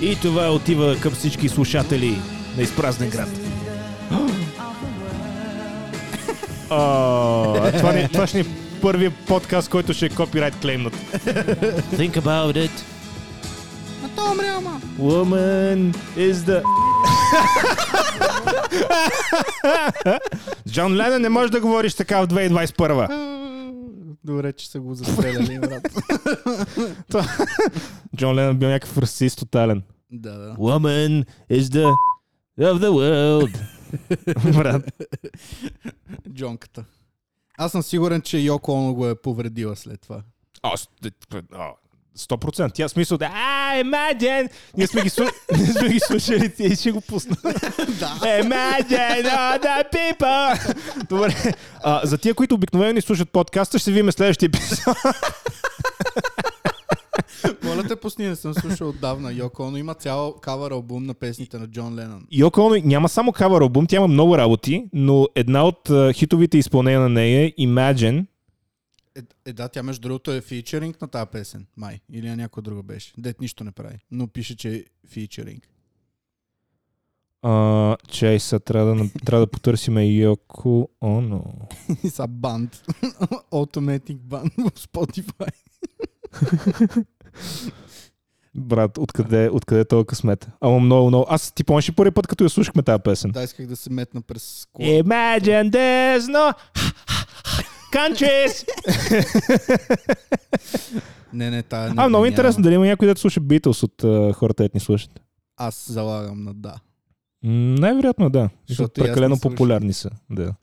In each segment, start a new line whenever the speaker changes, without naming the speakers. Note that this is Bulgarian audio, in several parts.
И това отива към всички слушатели на изпразнен град.
А, това, не, това ще ни е първият подкаст, който ще е копирайт клеймнат.
Think about it. Woman is the...
Джон Ленън не може да говориш така в 2021.
Добре, че са го застреляли, брат.
Джон Ленън бил някакъв расист тотален.
да, да.
Woman is the... Of the world.
Брат.
Джонката. Аз съм сигурен, че Йоко Оно го е повредила след това.
О, с- т- т- о, 100%. Тя в смисъл да... А, е маджен! Ние сме ги, слу... Ние сме ги слушали и ще го пусна.
Да.
Imagine all the people! Добре. А, за тия, които обикновено ни слушат подкаста, ще видим следващия епизод.
Моля те, пусни, не съм слушал отдавна. Йоко Оно има цял кавър албум на песните на Джон Ленън.
Йоко Оно няма само кавър албум, тя има много работи, но една от а, хитовите изпълнения на нея е Imagine.
Е, е, да, тя между другото е фичеринг на тази песен. Май. Или на някоя друга беше. Дет нищо не прави. Но пише, че е фичеринг.
А, чай са, трябва да, трябва да потърсим Йоко Оно.
И са банд. Automatic банд в Spotify.
Брат, откъде, откъде е този късмет? Ама много, много. Аз ти помниш ли първи път, като я слушахме тази песен?
Да, исках да се метна през кола.
Е. Imagine there's no countries.
Не, не, тая не.
А, много
няма.
интересно, дали има някой, дето слуша Beatles от а, хората, дето ни слушат.
Аз залагам на да.
М, Най-вероятно да.
Защото и аз не
Прекалено
слушам.
популярни са. Да.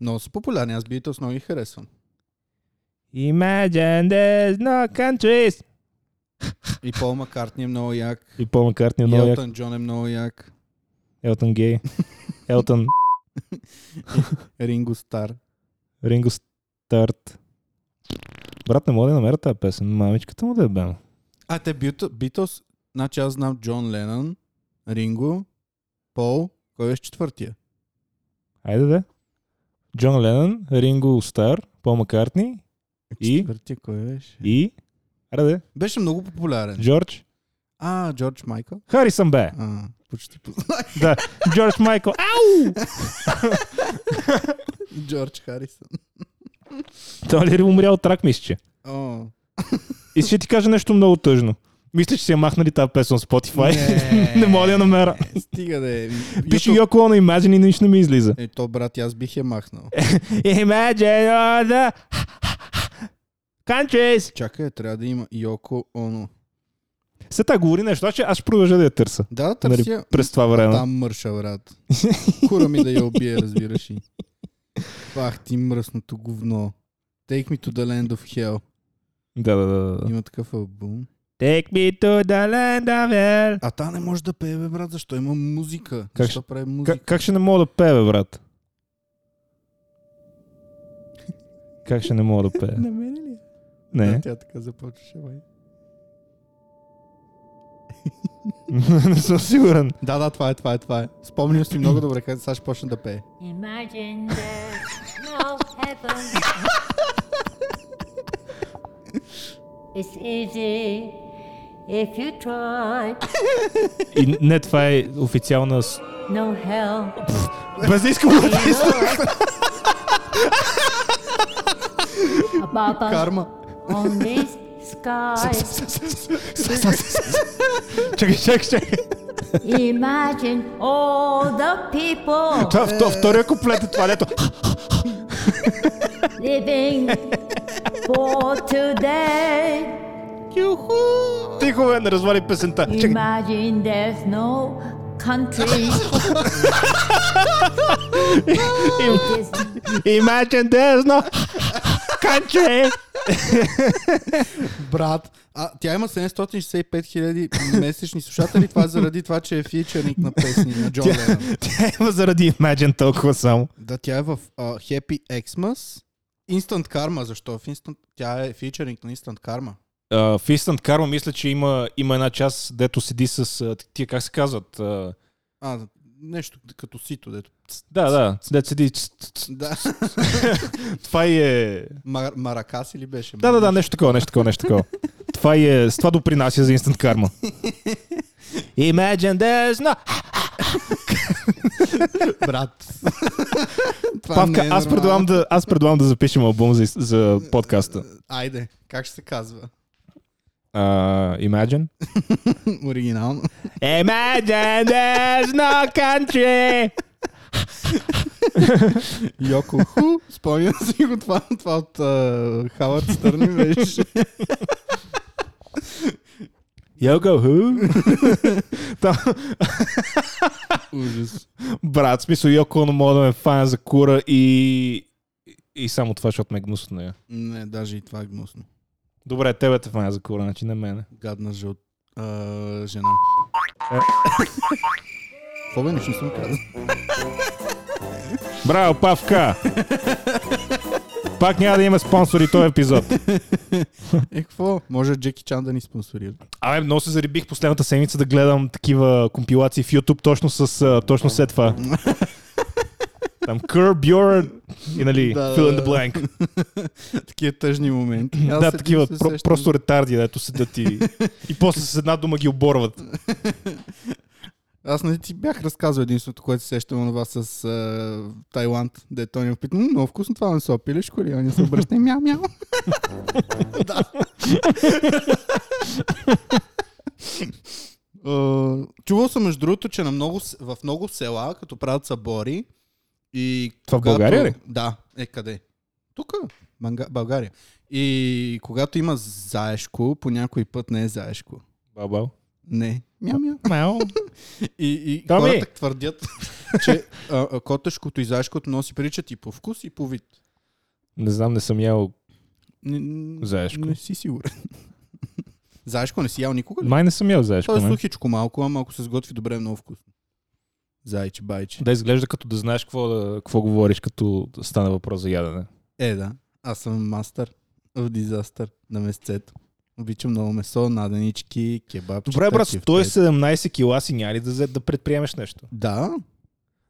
Много са популярни. Аз Beatles много ги харесвам.
Imagine there's no countries.
И Пол Маккартни е много як.
И Пол Маккартни е
И
много як.
Елтън Джон е много як.
Елтън Гей. Елтън
Ринго Стар.
Ринго Старт. Брат, не мога да я намеря тази песен. Мамичката му да е бе.
А, те Битл- Битлз, значи аз знам Джон Ленън, Ринго, Пол, кой беше четвъртия?
Айде да. Джон Ленън, Ринго Стар, Пол Маккартни И?
Четвъртия кой беше?
и... Айде да.
Беше много популярен.
Джордж.
А, Джордж Майкъл?
Харисън бе.
А, почти познах.
Да. Джордж Майкъл. А,
Джордж Харисън.
Той ли е умрял от рак, мисля, че.
О,
И ще ти кажа нещо много тъжно. Мисля, че си я махнали тази песен от Spotify.
Не.
не мога да я намеря.
стига да е.
Пише
YouTube-
Йоко Оно Imagine и нищо не ми излиза.
Е, то, брат, и аз бих я махнал.
Е. Imagine all the countries.
Чакай, трябва да има Йоко Оно.
Се та говори нещо, значи аз ще- аз ще продължа да я търся.
Да, да
Нали,
търся.
през това време.
Там мърша, брат. Хура ми да я убие, разбираш и. Пах ти мръсното говно. Take me to the land of hell.
Да, да, да, да.
Има такъв албум.
Take me to the land of hell.
А та не може да пее, бе, брат, защо има музика?
Как
защо прави музика?
Как, как ще не мога да пее, бе, брат? Как ще не мога да пее?
мене ли? Да,
Не.
тя така започваше, май.
не съм сигурен.
Да, да, това е, това е, това е. Спомням си много добре как сега ще почне да пее.
Imagine there's no heaven. it's easy if you try.
И не, това е официална... с-
No hell.
Без да искам да ти
Above us
Карма.
on this sky.
Чакай, чакай, чакай.
Imagine all the people
Това, това, втория куплет е това лето.
living for today.
Тихо, бе, не развали песента. Чакай.
Imagine there's no country.
Им-
It is
Imagine there's no country.
Брат, а тя има 765 000 месечни слушатели, това е заради това, че е фичерник на песни на Джон Ленън.
Тя има заради Imagine толкова само.
Да, тя е в а, Happy Xmas. Instant Karma, защо? В Instant... Тя е фичеринг на Instant Karma.
Uh, в Instant Karma мисля, че има, има една част, дето седи с uh, тия, как се казват? Uh,
А, нещо като сито, дето.
да, да, дето седи... ц- ц- ц-
Да.
Това и е...
Мар- маракас или беше?
Да, да, да, нещо такова, нещо такова, нещо такова. Това и е, с това допринася за Instant Karma. Imagine there's no...
Брат. Това
Павка,
не е
аз,
нормално.
предлагам да, аз предлагам да запишем албум за, за подкаста.
Айде, как ще се казва?
Uh, imagine?
Оригинално.
Imagine there's no country!
Йоко Ху. Спомням си го това, това от uh, Хавард Стърни беше.
Yo go who?
Ужас.
Брат, в смисъл Йоко Оно мога да ме фана за кура и... И само това, защото ме е гнусно нея.
Не, даже и това е гнусно.
Добре, тебе те фана за кура, значи не мене.
Гадна жълт. а, жена.
Е.
Какво бе, нищо не съм казал.
Браво, Павка! Пак няма да има спонсори този епизод.
Е, какво? Може Джеки Чан да ни спонсорира.
Абе, много се зарибих последната седмица да гледам такива компилации в YouTube точно с а, точно след това. Там Curb Your и нали,
Да, да,
fill in the
да.
blank.
Такива тъжни моменти. Аз
Да,
седим
такива
се
про-
сещам
просто ретарди, дето седят и, и после с една дума ги оборват.
Аз не ти бях разказал единственото, което се сещам на вас с uh, Тайланд, де той ни опита, «М, много вкусно това не се опилиш, кориани се обръща и мяу мяу. да. Е, Чувал съм между другото, че на много, с- в много села, като правят събори и...
Това в България ли?
Да. Е, къде? Тук. Манга- България. И когато има заешко, по някой път не е заешко.
Бабал.
Не. Мяу мяу.
Мяу.
И, и
Томи!
хората твърдят, че а, а, котешкото и заешкото носи приличат и по вкус, и по вид.
Не знам, не съм ял.
Не, н-
Заешко.
Не си сигурен. заешко не си ял никога ли?
Май не съм ял заешко.
То е
не.
сухичко малко, ама ако се сготви добре, е много вкусно. Зайче, байче.
Да изглежда като да знаеш какво, да, какво говориш, като стане въпрос за ядене.
Е, да. Аз съм мастър в дизастър на месцето. Обичам много месо, наденички, кебаб.
Добре, брат, 117 кила си няма ли да, взе- да предприемеш нещо?
Да,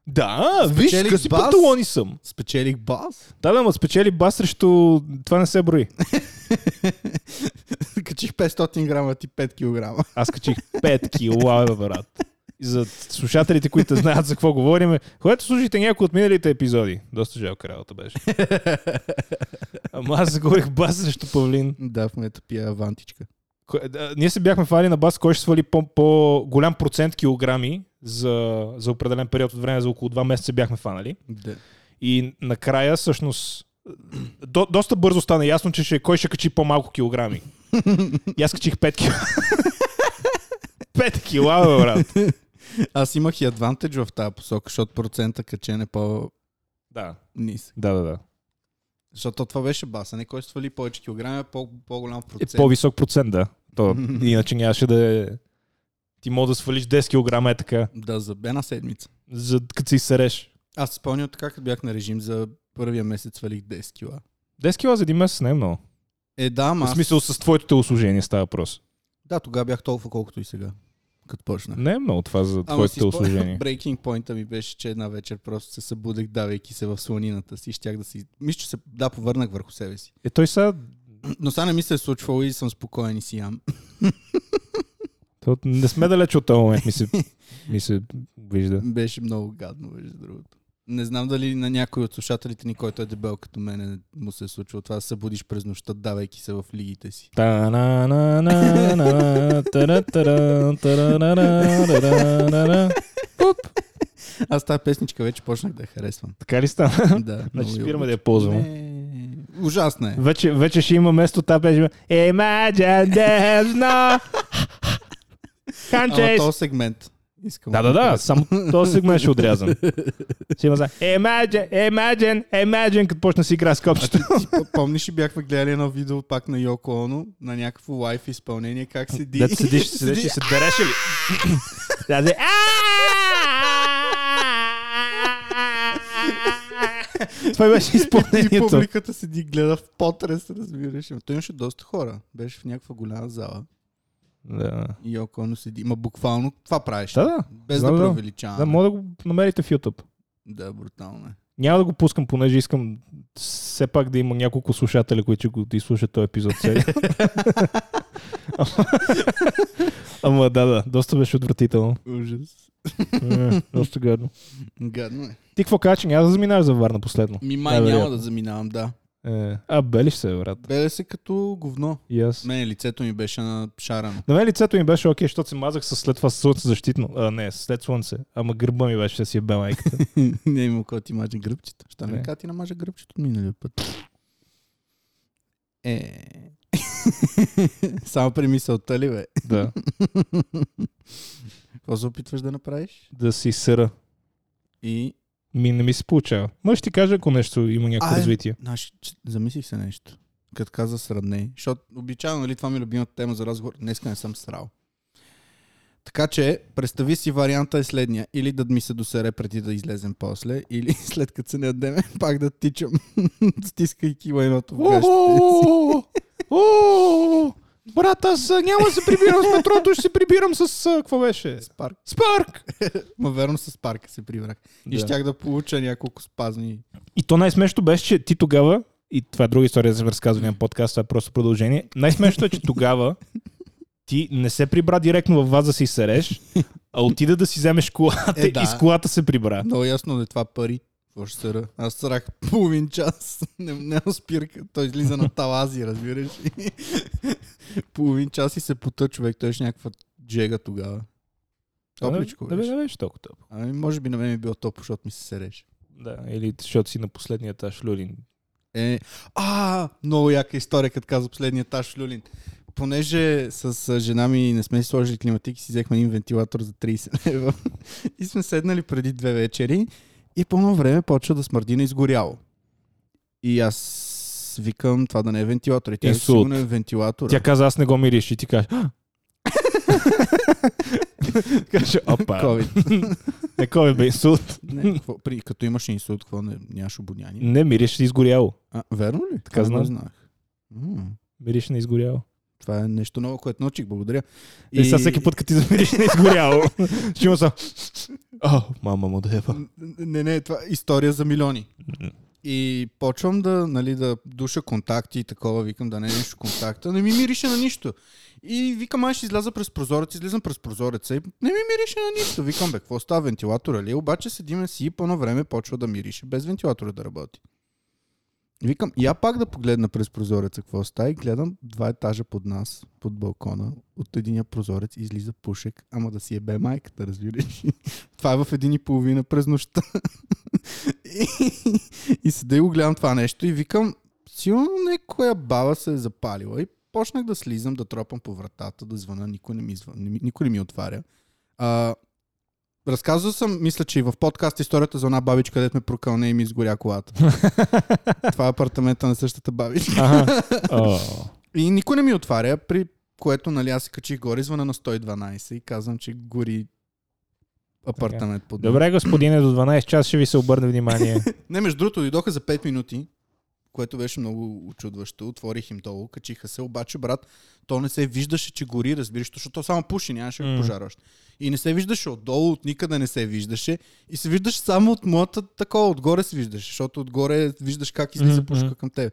Да, виж,
Спечелих
къси
бас.
панталони съм.
спечелих бас.
Да, да, ма спечели бас срещу... Това не се брои.
Качих 500 грама, ти 5 килограма.
Аз качих 5 кила, бе, брат. И за слушателите, които знаят за какво говорим, ходете слушайте някои от миналите епизоди. Доста жалка работа беше. Ама аз заговорих бас срещу Павлин.
Да, в момента пия вантичка.
Кой- да, Ние се бяхме фали на бас, кой ще свали по- по-голям процент килограми за, за определен период от време, за около 2 месеца бяхме фанали.
Да.
И накрая, всъщност, до, доста бързо стана ясно, че ще, кой ще качи по-малко килограми. И аз качих 5 кила. 5 кила, бе, брат.
Аз имах и адвантедж в тази посока, защото процента качен е по-нисък.
Да, да, да. да.
Защото това беше баса, не кой свали повече килограми, е по- по-голям
Е,
процент.
по-висок процент, да. То, иначе нямаше да е... Ти мога да свалиш 10 килограма е така,
Да, за една седмица.
за, като си изсереш.
Аз си спомням така, като бях на режим за първия месец свалих 10 кила.
10 кила за един месец не е много.
Е, да, ама
В
аз...
смисъл с твоето телосложение става въпрос.
Да, тогава бях толкова колкото и сега, като почнах.
Не е много това за
Ама
твоето
си спомням,
телосложение.
брейкинг поинта ми беше, че една вечер просто се събудех, давайки се в слонината си, щях да си... Мисля, че се... Да, повърнах върху себе си.
Е, той сега...
Но сега не ми се е случвало и съм спокоен и си ям.
то- Не сме далеч от този момент, ми се, ми се вижда.
Беше много гадно, между другото. Не знам дали на някой от слушателите ни, който е дебел като мене, му се е случило това да се будиш през нощта, давайки се в лигите си.
Та-на-на-на-на, тара-тара, тара-ра-ра-ра-ра-ра. Пуп.
Аз тази песничка вече почнах да я харесвам.
Така ли стана?
Да.
Значи
много я
спираме да я
обичам.
ползваме.
Не, Ужасна е.
Вече, вече ще има место тази песен. Imagine there's no
Ама
countries.
този сегмент. Искам
Да, да, да, само този сегмент ще отрязан. Ще има за Imagine, Imagine, Imagine, като почна да си игра с копчето.
Ти п- Помниш ли бяхме гледали едно видео пак на Йоко Оно, на някакво лайф изпълнение, как седи.
Да седиш, седиш и се дереш ли? Да, да. Това беше
И
изпълнението.
публиката седи, гледа в потрес, разбираш. Ама Той имаше доста хора. Беше в някаква голяма зала.
Да,
И Йоко Оно седи. Ма буквално това правиш.
да.
Без
Знам,
да
да.
преувеличаваме.
Да, мога да го намерите в YouTube.
Да, брутално е.
Няма да го пускам, понеже искам все пак да има няколко слушатели, които ще го изслушат този епизод сега. Ама да, да, доста беше отвратително.
Ужас.
Е, доста гадно.
Гадно е.
Ти какво кажа, че няма да заминаваш за Варна последно?
Ми май
Най-вероятно.
няма да заминавам, да.
Е, а, белиш се, брат.
Беле се като говно.
И аз.
Мене лицето ми беше на шарано.
На мен лицето ми беше окей, защото се мазах с след това слънце защитно. А, не, след слънце. Ама гърба ми беше да си е бе майката.
Не има кой да ти маже гръбчета. Ще ми
Не.
кажа ти намажа гръбчето от миналия път. Е. Само при мисълта ли, бе?
да.
Какво се опитваш да направиш?
Да си съра.
И...
Ми не ми се получава. Може ще ти кажа, ако нещо има някакво
Ай,
развитие.
Знаеш, Значи, че- замислих се нещо. Като каза сравне. Защото обичайно, нали, това ми е любимата тема за разговор. Днеска не съм срал. Така че, представи си варианта е следния. Или да ми се досере преди да излезем после, или след като се не отдеме, пак да тичам, стискайки лайното в гащите.
О, о, Брат, аз а, няма да се прибирам с метрото, ще се прибирам с... а, Какво беше?
Спарк.
Спарк!
Ма верно с парка се прибрах. И
Да.
щях да получа няколко спазми.
И то най-смешното беше, че ти тогава, и това е друга история за разказване на подкаст, това е просто продължение. Най-смешното е, че тогава ти не се прибра директно във вас да си сереш, а отида да си вземеш колата
Е, да.
и с колата се прибра.
Много ясно да е това пари. Какво ще сера? Аз срах половин час. Не, не спирка. Той излиза на талази, разбираш. ли? половин час и се пота човек. Той ще е някаква джега тогава. Топличко
да, бе,
беше.
да беше толкова топ.
Ами може би на мен ми е било топ, защото ми се сереше.
Да, или защото си на последния етаж Люлин.
Е, а, много яка история, като каза последния таш Люлин. Понеже с а, жена ми не сме си сложили климатик, си взехме един вентилатор за 30 лева. И сме седнали преди две вечери и по едно време почва да смърди на изгоряло. И аз викам, това да не е вентилатор. И тя
Инсулт.
сигурно е вентилатора.
Тя каза, аз не го мириш и ти кажеш. «А!» Каже, опа.
COVID.
Не, COVID бе инсулт.
Не, какво, при, като имаш инсулт, какво не, нямаш обоняние?
Не, мириш на изгоряло.
А, верно ли?
Така
Това не го
знам.
знаех. М,
Мириш на изгоряло.
Това е нещо ново, което научих. Благодаря.
И Е, сега всеки път, като ти замириш на изгоряло, ще има са... О, мама му дева.
Н- Не, не, това е история за милиони. И почвам да, нали, да душа контакти и такова, викам да не е нещо контакта, не ми мирише на нищо. И викам, аз ще изляза през прозореца, излизам през прозореца и не ми мирише на нищо. Викам, бе, какво става, вентилатора ли? е? Обаче седиме си и по едно време почва да мирише, без вентилатора да работи. Викам, я пак да погледна през прозореца какво става и гледам два етажа под нас, под балкона. От единия прозорец излиза пушек, ама да си ебе майката, разбираш. ли? Това е в един и половина през нощта. и, и седа и го гледам това нещо и викам, сигурно някоя баба се е запалила. И почнах да слизам, да тропам по вратата, да звъна, никой не ми, звън, не ми- никой не ми отваря. А, разказвал съм, мисля, че и в подкаст историята за една бабичка, където ме прокълне и ми изгоря колата. това е апартамента на същата бабичка.
Ага. О,
И никой не ми отваря, при което нали, аз се качих горе, звъна на 112 и казвам, че гори апартамент под мен.
Добре, господине, до 12 часа ще ви се обърне внимание.
Не, между другото, дойдоха за 5 минути, което беше много очудващо. Отворих им долу, качиха се, обаче, брат, то не се виждаше, че гори, разбираш, защото то само пуши, нямаше
М.
mm. пожар още. И не се виждаше отдолу, от никъде не се виждаше. И се виждаше само от моята такова, отгоре се виждаше, защото отгоре виждаш как излиза
Мгм,
пушка
мгм.
към теб.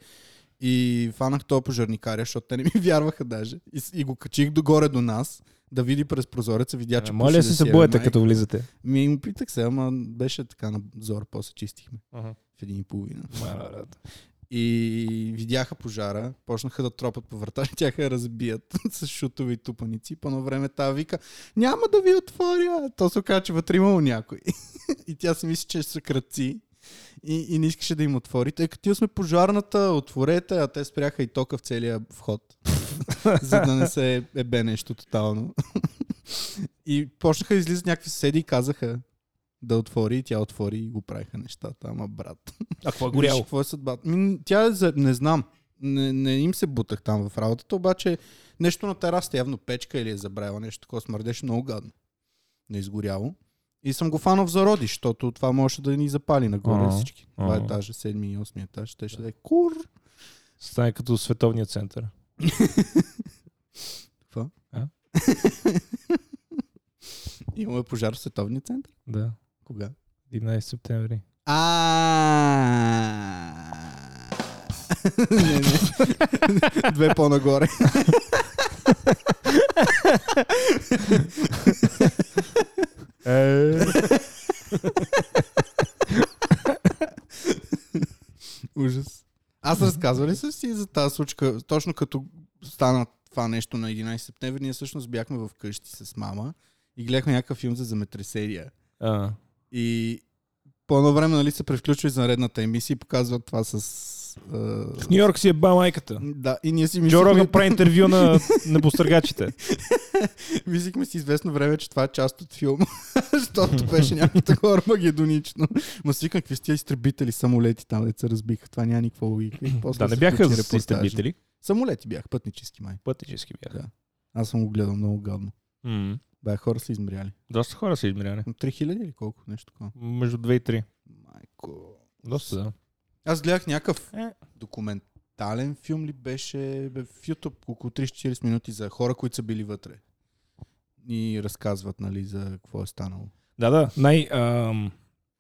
И фанах този пожарникаря, защото те не ми вярваха даже. И, с- и го качих догоре до нас, да види през прозореца, видя, че пуши
Моля се,
да
се
си е
боете,
майка.
като влизате.
Ми му питах се, ама беше така на зор, после чистихме. В един и половина. И видяха пожара, почнаха да тропат по врата, тяха я разбият с шутове и тупаници. По едно време тая вика, няма да ви отворя. То се оказа, че вътре имало някой. и тя си мисли, че са кръци. И, и не искаше да им отвори. Тъй като ние сме пожарната, отворете, а те спряха и тока в целия вход. за да не се ебе нещо тотално. и почнаха да излизат някакви съседи и казаха да отвори, и тя отвори и го правиха нещата. Ама брат.
А какво е
Виж, какво е съдбата? Ми, тя е за... Не знам. Не, не им се бутах там в работата, обаче нещо на терасата, явно печка или е забравила нещо такова, смърдеше много гадно. Не изгоряло. И съм го фанал в зароди, защото това можеше да ни запали нагоре
Ага,
всички. Два
ага.
етажа, седми и осми етаж, ще ще да е кур.
Стане като световния център.
Какво?
А?
Имаме пожар в световния център?
Да.
Кога?
11 септември.
А. не, не. Две по-нагоре. Ужас. Аз разказвали ли си за тази случка? Точно като стана това нещо на 11 септември, ние всъщност бяхме в къщи с мама и гледахме някакъв филм за земетресения.
А,
И по едно време нали, се превключва извънредната емисия и показват това с... а,
В Нью Йорк си е ба майката.
Да, и ние си
Джо Роган
мислихме,
прави интервю на, на постъргачите.
мислихме си известно време, че това е част от филма, защото беше някакво такова армагедонично. Ма си викам, какви сте изтребители, самолети там, деца разбиха, това няма никаква логика. И после
Да, не
се
бяха
включи
с
репортажа.
изтребители.
Самолети бях, пътнически май.
Пътнически бяха.
Аз съм го гледал много гадно.
М.
Бая хора са измряли.
Доста хора са измеряли.
3000 или колко? Нещо такова.
Между 2 и 3.
Майко.
Доста, да.
Аз гледах някакъв
Е.
документален филм ли беше бе, в YouTube около 30-40 минути за хора, които са били вътре. И разказват, нали, за какво е станало.
Да, да. Най, ам,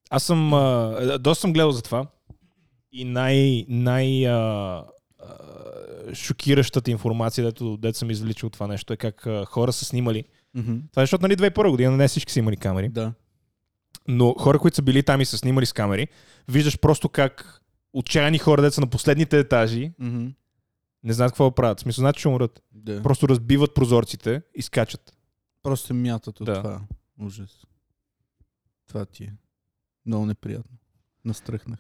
аз съм... А, доста съм гледал за това. И най... най а, а, шокиращата информация, дето, дето съм извличал от това нещо, е как а, хора са снимали.
Mm-hmm.
Това е защото, нали, 2001 година не всички са имали камери.
Да.
но хора, които са били там и са снимали с камери, виждаш просто как отчаяни хора, деца на последните етажи,
Mm-hmm.
не знаят какво да правят. В Смисъл, знаят, че ще умрат.
да.
Просто разбиват прозорците и скачат.
Просто се мятат от
Да.
това. Ужас. Това ти е. Много неприятно. Настръхнах.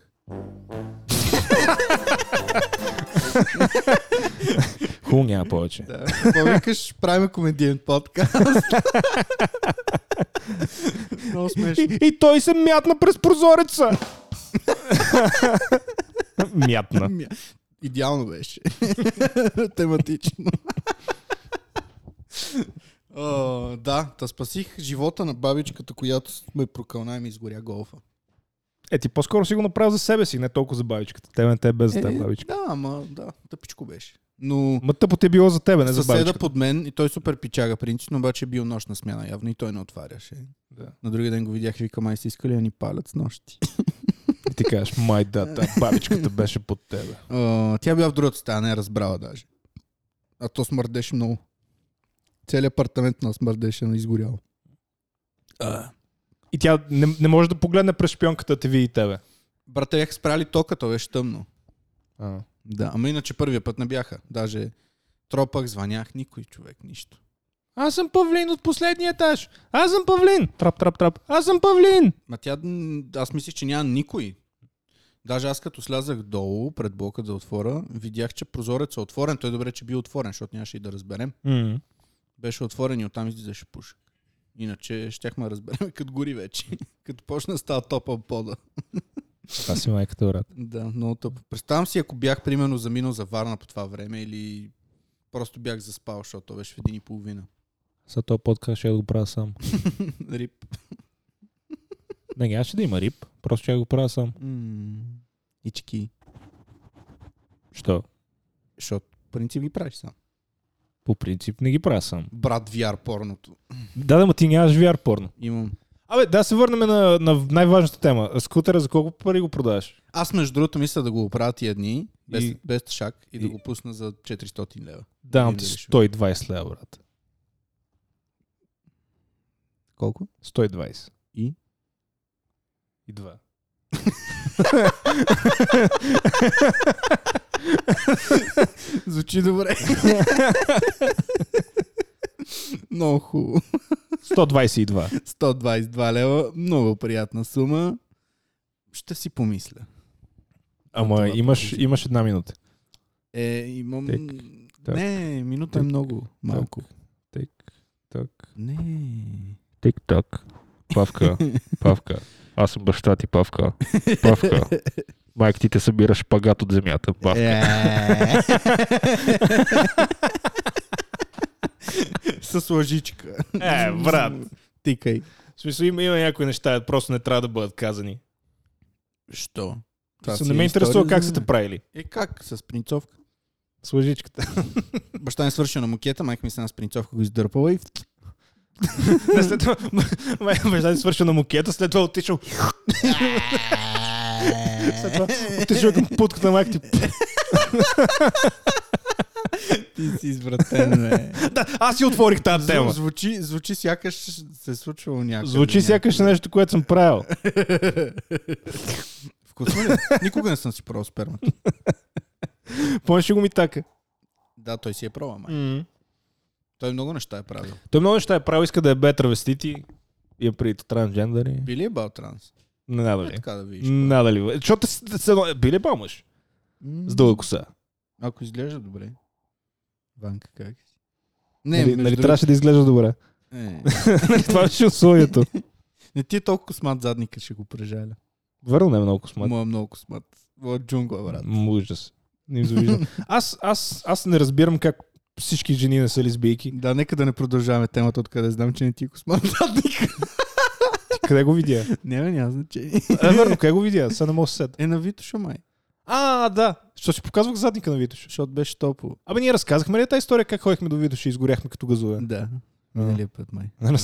Хубаво няма повече.
Да. Какво викаш? Правим комедиен подкаст. Много смешно.
И, и той се мятна през прозореца! мятна.
Ми, Идеално беше. Тематично. О, да, та спасих живота на бабичката, която ме прокълна и ми изгоря голфа.
Е, ти по-скоро си го направил за себе си, не толкова за бабичката. Тебе не те е без за теб, бабичка.
да, ама да, тъпичко беше. Но
Ма тъпо ти е било за тебе, не за
съседа
бабичката.
под мен и той супер пичага принципно, обаче е бил нощна смяна явно и той не отваряше.
Да.
На другия ден го видях и викам, ай си искали да ни палят с нощи.
И ти кажеш, май да, та бабичката беше под тебе.
О, тя била в другата стая, не е разбрала даже. А то смърдеше много. Целият апартамент на смърдеше на изгорял.
И тя не, не може да погледне през шпионката да те види и тебе.
Брате, бяха спрали тока, то беше тъмно.
А.
Да, ама иначе първия път не бяха. Даже тропах, звънях, никой човек, нищо.
Аз съм павлин от последния етаж. Аз съм павлин. Трап, трап, трап. Аз съм павлин.
Ма тя, м, аз мислих, че няма никой. Даже аз като слязах долу пред блока да отвора, видях, че прозорецът е отворен. Той добре, че бил отворен, защото нямаше и да разберем.
Mm.
Беше отворен и оттам излизаше пушек. Иначе щяхме да разберем като гори вече. като почна да става топъл пода.
Това си майката, брат.
Да, много тъпо. Представям си, ако бях примерно заминал за Варна по това време или просто бях заспал, защото то беше в един и половина.
За този подкаст ще го правя сам.
Рип.
Не, аз ще да има рип. Просто ще го правя сам.
М, Ички.
Що?
Защото по принцип ги правиш сам.
По принцип не ги правя сам. да
Брат VR порното.
Да, да, ма ти нямаш VR порно.
Имам.
Абе, да се върнем на, на най-важната тема. Скутера за колко пари го продаваш?
Аз между другото мисля да го оправя тия дни, без,
И-
и... без шак, и, да
и-
го пусна за 400 лева.
Давам
Не,
ти
да решим.
120 лева, брат.
Колко?
120.
И?
И два.
Звучи добре. Много хубаво.
122.
122 лева, много приятна сума. Ще си помисля.
Ама
Това
имаш,
продължи.
имаш една минута.
Е, имам...
Тек, так,
Не, минута е
тек,
много малко.
Тик, так.
Не.
Тик-так. Павка, Павка. Аз съм баща ти, Павка. Павка. Майк ти те събира шпагат от земята. Павка.
Е. С лъжичка.
Е, брат.
Тикай.
В смисъл има, има някои неща, просто не трябва да бъдат казани.
Що?
Се,
си
не ме
е
интересува
история
как
за
са
мен.
те правили.
Е как? С принцовка.
С лъжичката.
Баща ми свърши на мукета, майка ми с принцовка го издърпала и...
Не, след това, май- баща ти свършил на мукета, след това отишъл. след това отишъл към путката на майка ти.
Ти си извратен, бе.
Аз си отворих тази тема.
Звучи, звучи сякаш се е случвало някъде.
Звучи сякаш нещо, което съм правил.
Вкусно ли? Никога не съм си пробвал спермата.
Помниш ли го ми така?
Да, той си е пробвал, май. Той много неща е правил.
Той много неща е правил, иска да е бе травестити и е при трансджендъри.
Били е бал транс?
Не
Е,
надали.
така да видиш.
Надали. Защото с- с едно- е, били ба мъж
М,
с дълга коса.
Ако изглежда добре. Ванка, как си?
Не, нали,
между
нали
другото-
трябваше да изглежда добре?
Е,
нали, това беше условието.
не ти е толкова космат задника, ще го прежаля.
Върна е много космат.
Моя много космат. Моя джунгла, брат.
М, Ужас. Не завиждам. аз, аз, аз не разбирам как всички жени не са лесбийки.
Да, нека да не продължаваме темата, откъде знам, че не ти е космат задник.
Къде го видя?
не, бе, няма значение.
Е, верно, къде го видя? Сега не мога да се сета.
Е, на Витоша май,
А, да. Що си показвах задника на Витош?
защото беше топло.
Абе, ние разказахме ли тази история как ходихме до Витош и изгоряхме като газове?
Да, миналия път май.
Нали?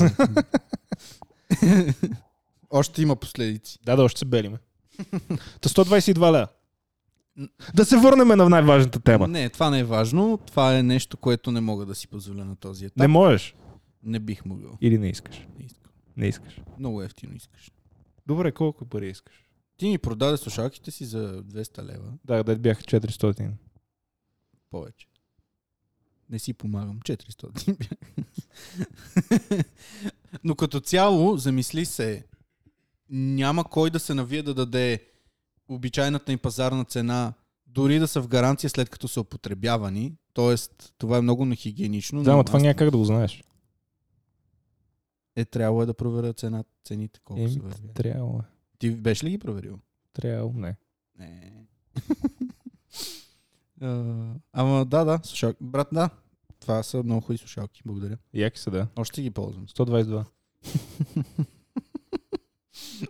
Още има последици.
Да, да, още се белиме. Та 122 лева. Да се върнем на най-важната тема.
Не, това не е важно. Това е нещо, което не мога да си позволя на този етап.
Не можеш.
Не бих могъл.
Или не искаш.
Не искам.
Не искаш.
Много ефтино искаш.
Добре, колко пари искаш?
Ти ми продаде слушалките си за 200 лева
Да, да бяха 400.
повече. Не си помагам. 400 бях. Но като цяло, замисли се, няма кой да се навие да даде обичайната им пазарна цена, дори да са в гаранция след като са употребявани. Тоест, това е много нехигиенично.
Да,
но
но това
аз-
няма как да го знаеш.
Е, трябвало е да проверя цена, цените, колко
Еми,
са вървят.
трябва. е.
Ти беше ли ги проверил?
Трябва, не.
Не. А, Ама да, да, слушалки. Брат, да. Това са много хубави слушалки. Благодаря.
Яки са, да.
Още ги ползвам.
122.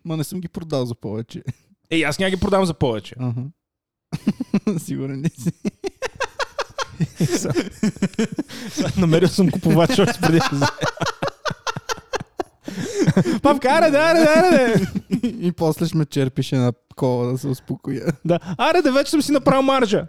Ма не съм ги продал за повече.
Ей, аз няма ги продам за повече.
Аха. Сигурен ли си?
Намерил съм купувач още преди. да знае. Папка, аре, да, аре, да, аре, да.
И после ще ме черпиш една кола да се успокоя.
да. Аре, да, вече съм си направил маржа.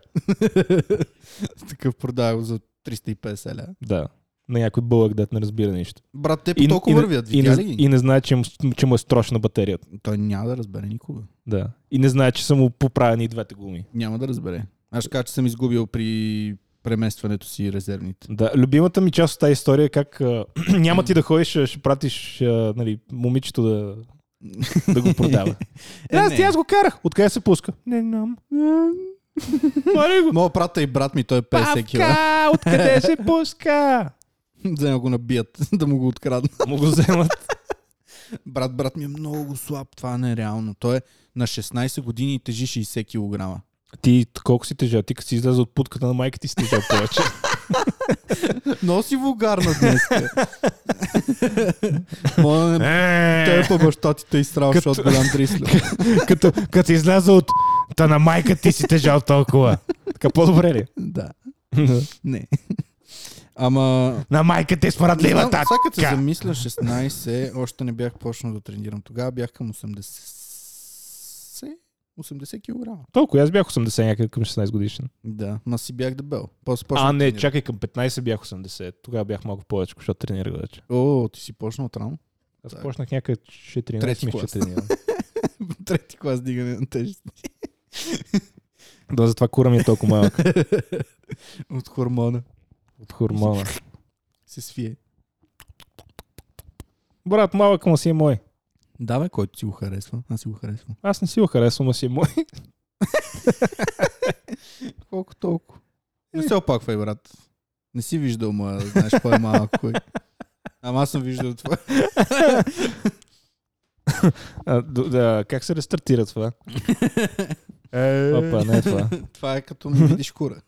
Такъв продава го за 350 ля.
Да. На някой бълък дет не разбира нищо.
Брат, те Е, по толкова вървят.
и,
Видя ли
не,
ги?
и не знае, че, му- че му е строшна батерията.
Той няма да разбере никога.
Да. И не знае, че са му поправени и двете гуми.
Няма да разбере. Аз ще кажа, че съм изгубил при преместването си резервните.
Да, любимата ми част от тази история е как а, няма ти да ходиш, а ще пратиш а, нали, момичето да, да го продава.
Е,
е, аз,
не.
ти аз го карах. Откъде се пуска? Не знам. Моля го.
Моя брат е и брат ми, той е 50 кила.
Павка, откъде се пуска?
Взема го набият, да му го открадна.
Му го вземат.
Брат, брат ми е много слаб, това е нереално. Той е на 16 години и тежи 60 кг.
Ти колко си тежа? Ти като си излезе от путката на майка ти си тежа повече.
Носи вулгарна днес. Моля, не... Той е по баща ти, те изстрал,
Като-
защото голям трисло.
като, като изляза от та на майка ти си тежал толкова. Така по-добре ли?
да, не. Ама...
на майка ти е
Знам,
смрадлива
Сега като се замисля 16, още не бях почнал да тренирам. Тогава бях към 80... 80 кг.
Толкова, аз бях 80 някъде към 16 годишен.
Да, ма си бях дебел. После почнах
А,
да
не,
тренирам.
чакай, към 15 бях 80. Тогава бях малко повече, защото тренирах вече.
О, ти си почнал отрано.
Аз
Так.
почнах някъде 14
Трети
мисля, че
клас.
тренирам.
Трети клас дигане на тежести.
Да, затова кура ми е толкова малък
От хормона.
от хормона.
Се свие.
Брат, малък, му си е мой.
Да, бе, който си го харесва. Аз си го харесвам.
Аз не си го харесвам, а си е мой.
Колко толкова. Не се опаквай, брат. Не си виждал моя, да знаеш кой е малък кой. Ама аз съм виждал това.
А, д- да, как се рестартира това? Опа, не е това.
Това е като не видиш кура.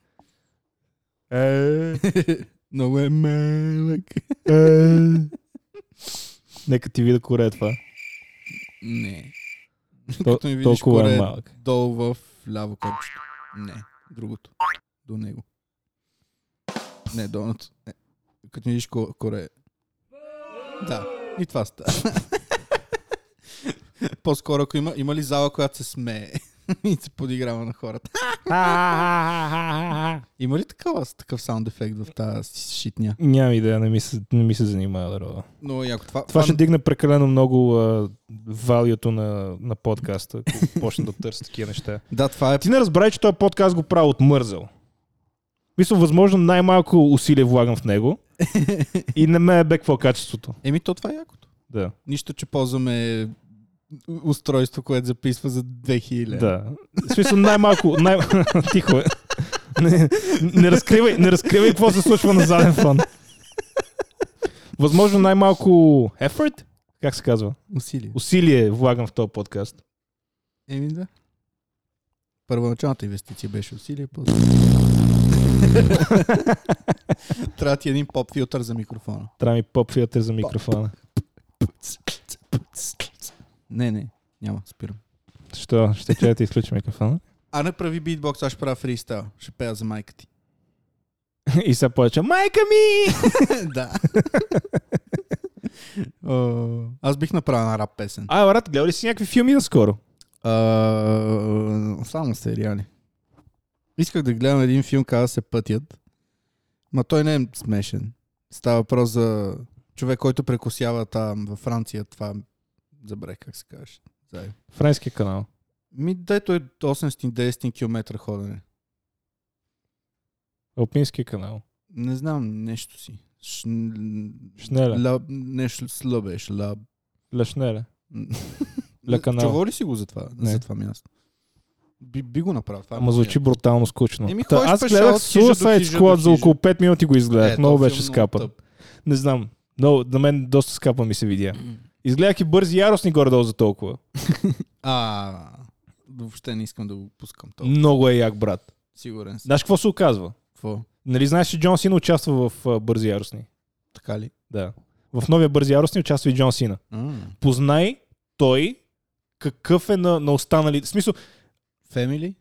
Е.
Много е малък.
Е. Нека ти видя коре е това.
Не.
Тол-
Като ми видиш
толкова
кура
е
е
малък.
долу в ляво копчето. Не, другото. До него. Не, долното. Не. Като ми видиш ко- кура е... Да, и това става. По-скоро, ако има, има ли зала, която се смее и се подиграва на хората? Има ли такава, с такъв саунд ефект в тази шитня?
Нямам идея, не ми се, не ми се занимава рода.
Но яко това...
Това ще дигне прекалено много а, валюто на, на подкаста, ако почне да търся такива неща.
Да, това е...
Ти не разбра, че този подкаст го правя от мързъл. Мисля, възможно най-малко усилие влагам в него и не ме е бе какво качеството.
Еми, то това е якото.
Да.
Нищо, че ползваме устройство, което записва за 2000.
Да. В смисъл най-малко, най- тихо е. Не, не, разкривай, не разкривай какво се случва на заден фон. Възможно най-малко effort, как се казва,
Усилие.
усилие влагам в този подкаст.
Еми, да. Първоначалната инвестиция беше усилие, после... Трябва ти е един поп филтър за микрофона.
Трябва ми поп филтър за микрофона.
Не, не, няма, спирам.
Що? Ще трябва да ти изключи микрофона?
А не прави битбокс, аз ще правя фристайл. Ще пея за майка ти.
И сега повече, майка ми!
да. О, аз бих направил на рап песен.
А, брат, гледал ли си някакви филми наскоро?
А, само сериали. Исках да гледам един филм, каза се Пътят. Ма той не е смешен. Става въпрос за човек, който прекосява там във Франция това... Забравих как се казваш. Зай.
Френски канал.
Ми дето е 810 км ходене.
Алпински канал.
Не знам, нещо си. Ш...
Шнеле.
Ла... Нещо е, слабеш. Ла...
Лешнеле. Ля канал.
Чувал ли си го за това,
Не.
за това място? Би, би го направил. Това е
Ама звучи брутално скучно.
Еми,
Та,
ходиш
аз
пеша
гледах
от хижа до
Suicide
хижа до
Squad за
хижа.
около 5 минути го изгледах.
Е,
много
този
беше
филм
скапан.
много тъп.
Не знам. Но на мен доста скапа ми се видя. Изгледах и бързи и яростни горе-долу за толкова.
А, въобще не искам да го пускам то.
Много е як, брат.
Сигурен съм.
Знаеш какво се оказва?
Какво?
Нали знаеш, че Джон Сина участва в а, бързи и яростни?
Така ли?
Да. В новия бързи и яростни участва и Джон Сина. Познай той какъв е на, на останалите. В смисъл,
Фемили?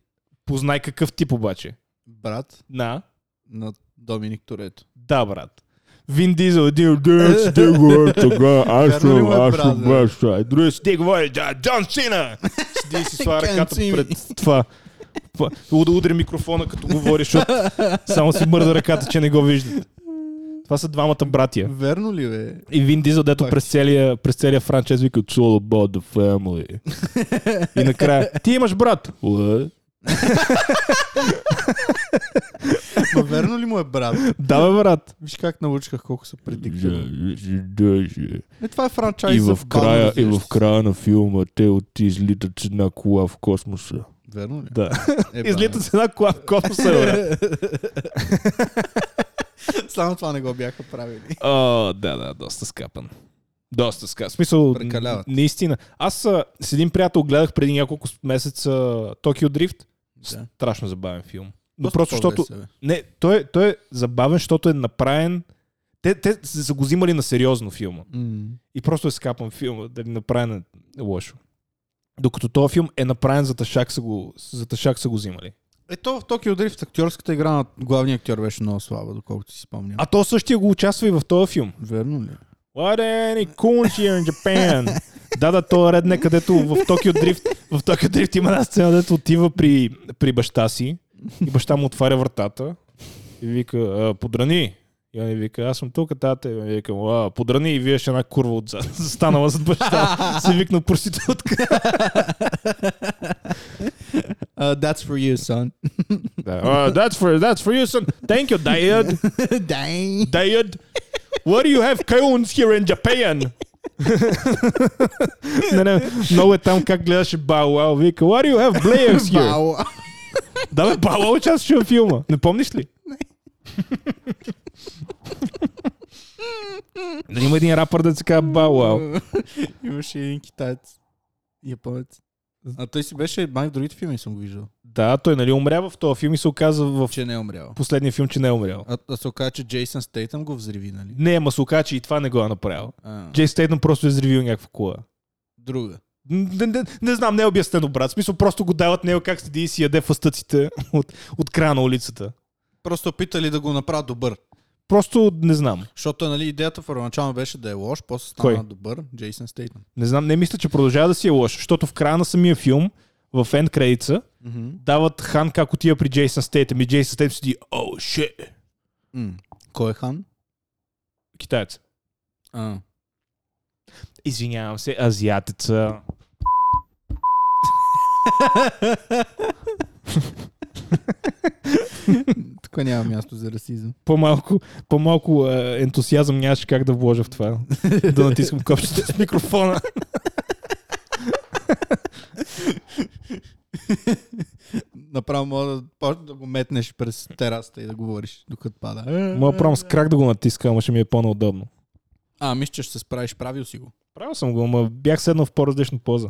познай какъв тип обаче.
Брат
На.
на Доминик Торето.
Да, брат. Вин Дизел, един ден си е, те говори тога, аз
Вярно ли
съм,
му е,
аз
брат,
съм,
бе?
аз съм, други си ти говори, да, Джон Сина! Седи и си слага
Can't
ръката
see me.
пред това. Па, Да удари микрофона, като говориш, защото само си мърда ръката, че не го виждат. Това са двамата братия.
Верно ли бе?
И Вин Дизел, дето
Пак.
през целия, през целия франчайз вика It's all about the family. И накрая, ти имаш брат. What?
Ма верно ли му е брат?
Да, бе, брат.
Виж как научках колко са предиктивни.
Даже.
Е, това е франчайз
И
за
в края, и
бавно
в края на филма те от излитат с една кола в космоса.
развиващи. Верно ли?
Да.
Е, ба,
Излита с една кола в космоса, брат.
Само това не го бяха правили.
О, да, да, доста скапан. Доста скапан. В смисъл,
Прекаляват.
н- наистина. Аз а, с един приятел гледах преди няколко месеца Токио Дрифт.
Да.
Страшно забавен филм. Но
Доста
просто защото...
по-весел е.
Не, той, е- той е забавен, защото е направен... Те, те са са го взимали на сериозно филма.
М.
И просто е скапан филма, да ни направен е лошо. Докато този филм е направен за тъшак са го, за тъшак са го взимали.
Ето в Токио Дрифт актьорската игра на главния актьор беше много слаба, доколкото си спомням.
А то същия го участва и в този филм.
Верно ли?
What any cool here in Japan? да, да, то е редне, където в Токио Дрифт, в Токио Дрифт има една сцена, дето отива при, при баща си и баща му отваря вратата и вика, «А, подрани. И он ѝ вика, аз съм тук, тате. И он ѝ вика, а, подрани и виеше една курва отзад, застанала зад баща. си викна проститутка.
Uh, that's for you, son.
Да, «А, that's, for, that's for you, son. Thank you, dad.
Dang.
Dad, what do you have cones here in Japan? не, не, много е там как гледаше Бауау, вика, what do you have players here?
Бау.
да, бе, Бауау участваше във филма. Не помниш ли? Да Нали има един рапър да се казва Бауау.
Имаше един китаец. Японец. А той си беше, май в другите филми съм го виждал.
Да, той нали умря в този филм и се оказа в
Че не е умрял.
последния филм, че не е умрял.
А, а се оказа, че Джейсън Стейтъм го взриви, нали?
Не, ама се оказа, че и това не го е направил.
А,
Джей Стейтън просто е взривил някаква кола.
друга.
Не, не, не знам, не е обяснено, брат. В смисъл, просто го дават него как седи и си яде фъстъците от, от края на улицата.
Просто опитали да го направят добър.
Просто не знам.
Защото, нали, идеята първоначално беше да е лош, после стана
Кой?
добър. Джейсън Стейтъм.
Не знам, не мисля, че продължава да си е лош, защото в края на самия филм, в енд кредица, дават Хан как отива при Джейсън Стейтъм и Джейсън Стейтъм седи, о, шит,
М. Кой е хан?
китаец.
А.
Извинявам се, азиатеца.
Тук няма място за расизъм.
По-малко, по-малко е, ентусиазъм нямаше как да вложа в това. да натискам копчето с микрофона.
Направо мога да, почнеш да го метнеш през терасата и да говориш, докато пада.
Мога правим с крак да го натискам, ама ще ми е по-неудобно.
А, мисля, че ще се справиш, правил си го.
Правил съм го, ама бях седнал в по-различна поза.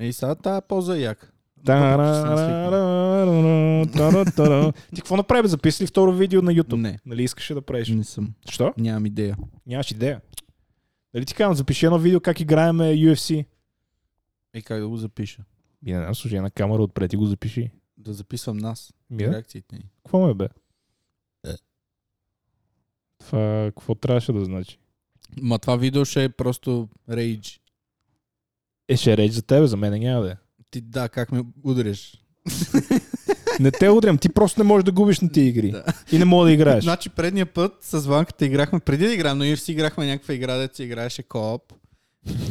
И сега тази поза е як.
Та-ра-ра-ра-ра-ра-ра-ра. Ти какво направи? бе? Записа ли второ видео на YouTube?
Не,
Нали искаше да правиш?
не съм.
Що?
Нямам идея.
Нямаш идея. Нали ти казвам, запиши едно видео как играем е, UFC.
И как да го запиша?
Ми не знам, служи една камера отпред и го запиши.
Да записвам нас,
Ми, да?
реакциите ни.
Какво ме бе?
Е.
Това какво трябваше да значи?
Ма това видео ще е просто рейдж.
Е, ще е реч за тебе, за мен няма да е.
Ти да, как ме удреш.
Не те удрям, ти просто не можеш да губиш на тия игри.
Да.
И не мога да играеш.
Значи предния път с Ванката играхме, преди да играем, но UFC играхме някаква игра, дето се играеше кооп.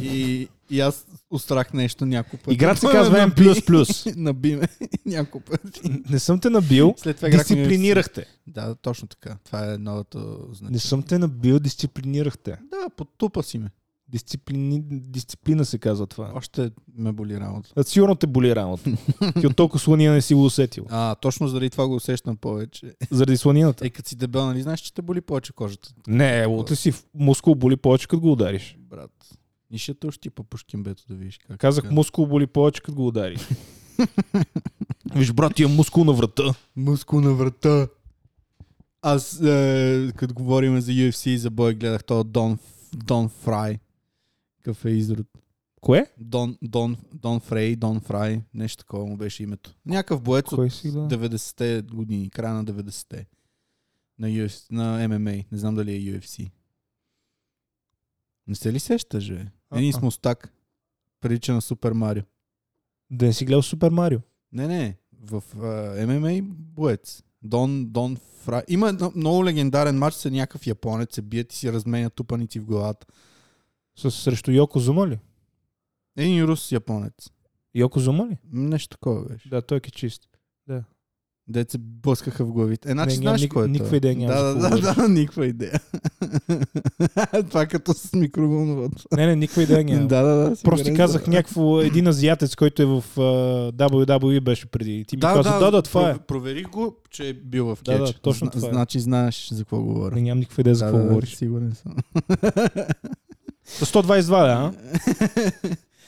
И, и аз устрах нещо няколко пъти.
Играта се
Ме
казва
наби-
M++.
Наби ме няколко пъти.
Не съм те набил,
След това играхме
дисциплинирахте.
UFC. Да, точно така. Това е новото значение.
Не съм те набил, дисциплинирахте.
Да, потупа си ме.
Дисциплини... Дисциплина се казва това.
Още ме боли работа.
А, сигурно те боли рамото. Ти от толкова слония не си го усетил.
А, точно заради това го усещам повече.
Заради слонината.
Е, като си дебел, нали знаеш, че те боли повече кожата,
Не, е, лута си в мускул боли повече, като го удариш.
брат. Нишето още ти по пушкин бето да видиш как.
Казах, мускул боли повече, като го удариш. Виж, брат, ти е мускул на врата.
Мускул на врата. Аз, е, като говорим за UFC и за бой, гледах то Дон, Дон Фрай. Какъв е изрод?
Кое?
Дон, Дон, Дон Фрей, Дон Фрай, нещо такова му беше името. Някакъв боец от
Кой си да?
90-те години, края на 90-те. На, UFC, на MMA. Не знам дали е UFC. Не се ли сещаш, бе? Един с
А-а.
мустак. Прилича на Супер Марио.
Да не си гледал Супер Марио.
Не, не. В uh, ММА боец. Дон, Дон Фра... Има едно много легендарен матч с някакъв японец, се бият и си разменят тупаници в главата.
С, срещу Йоко Зума ли?
Един рус японец.
Йоко Зума ли?
М, Нещо такова беше.
Да, той е чист.
Деца блъскаха в главите. Е, значи
нямам
знаеш
ник-
кой е
никаква
той.
идея нямам
да,
за
да,
какво
да, да, никаква идея. Това като с микроволновата.
Не, не, никаква идея няма.
Да, да, да.
Просто ти
сигурен
казах
съм.
някакво, един азиатец, който е в uh, WWE беше преди. Ти ми
Да,
каза, да, да, това е.
пров- Проверих го, че е бил в
Да,
кетч.
да, точно
Зна-
това е.
Значи знаеш за какво говоря.
Не, нямам никаква идея за
да,
какво
да,
говориш.
Да, сигурен съм.
За 122, да, а?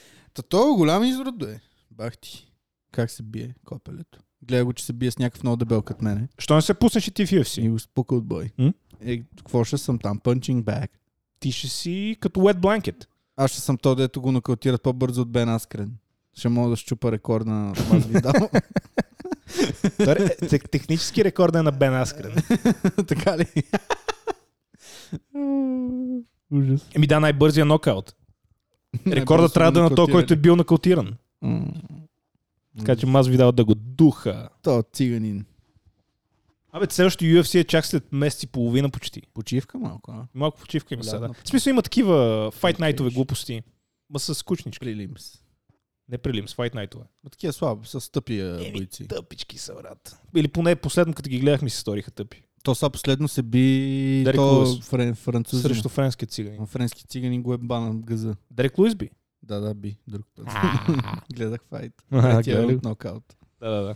Та то е голям изрод, бе. Бах ти. Как се бие копелето. Гледа го, че се бие с някакъв много дебел като мене.
Що не се пуснеш и ти в UFC?
И го спука от бой.
М?
Е, какво ще съм там? Punching bag.
Ти ще си като wet blanket.
Аз ще съм то, дето го нокаутират по-бързо от Бен Аскрен. Ще мога да щупа рекорд на Маз Видал.
Той е- те- Технически рекорд е на Бен Аскрен.
така ли? Ужас.
Еми да, най-бързия нокаут. Рекорда трябва да е на
то,
този, който е бил нокаутиран. Така че Маз видал да го духа.
То, циганин.
Абе, следващото UFC е чак след месец и половина почти.
Почивка малко, а?
Малко почивка има
Да,
сега. да.
но-
В смисъл има такива Fight
Окей.
Night-ове глупости. Ма са скучнички.
Прилимс.
Не прилим, с Fight Night-ове.
Ма такива слабо, с тъпи а,
Еми,
бойци.
тъпички са, брат. Или поне последно, като ги гледах, ми се сториха тъпи.
То са последно се би
Дерек
то
Луис.
френ, француз.
Срещу френския цигани.
Френски цигани го е бана газа.
Дерек Луис
Е,
би.
Да, да, би. Друг път. Гледах файт.
Аха,
Тя е
гледай.
от нокаут.
Да, да, да.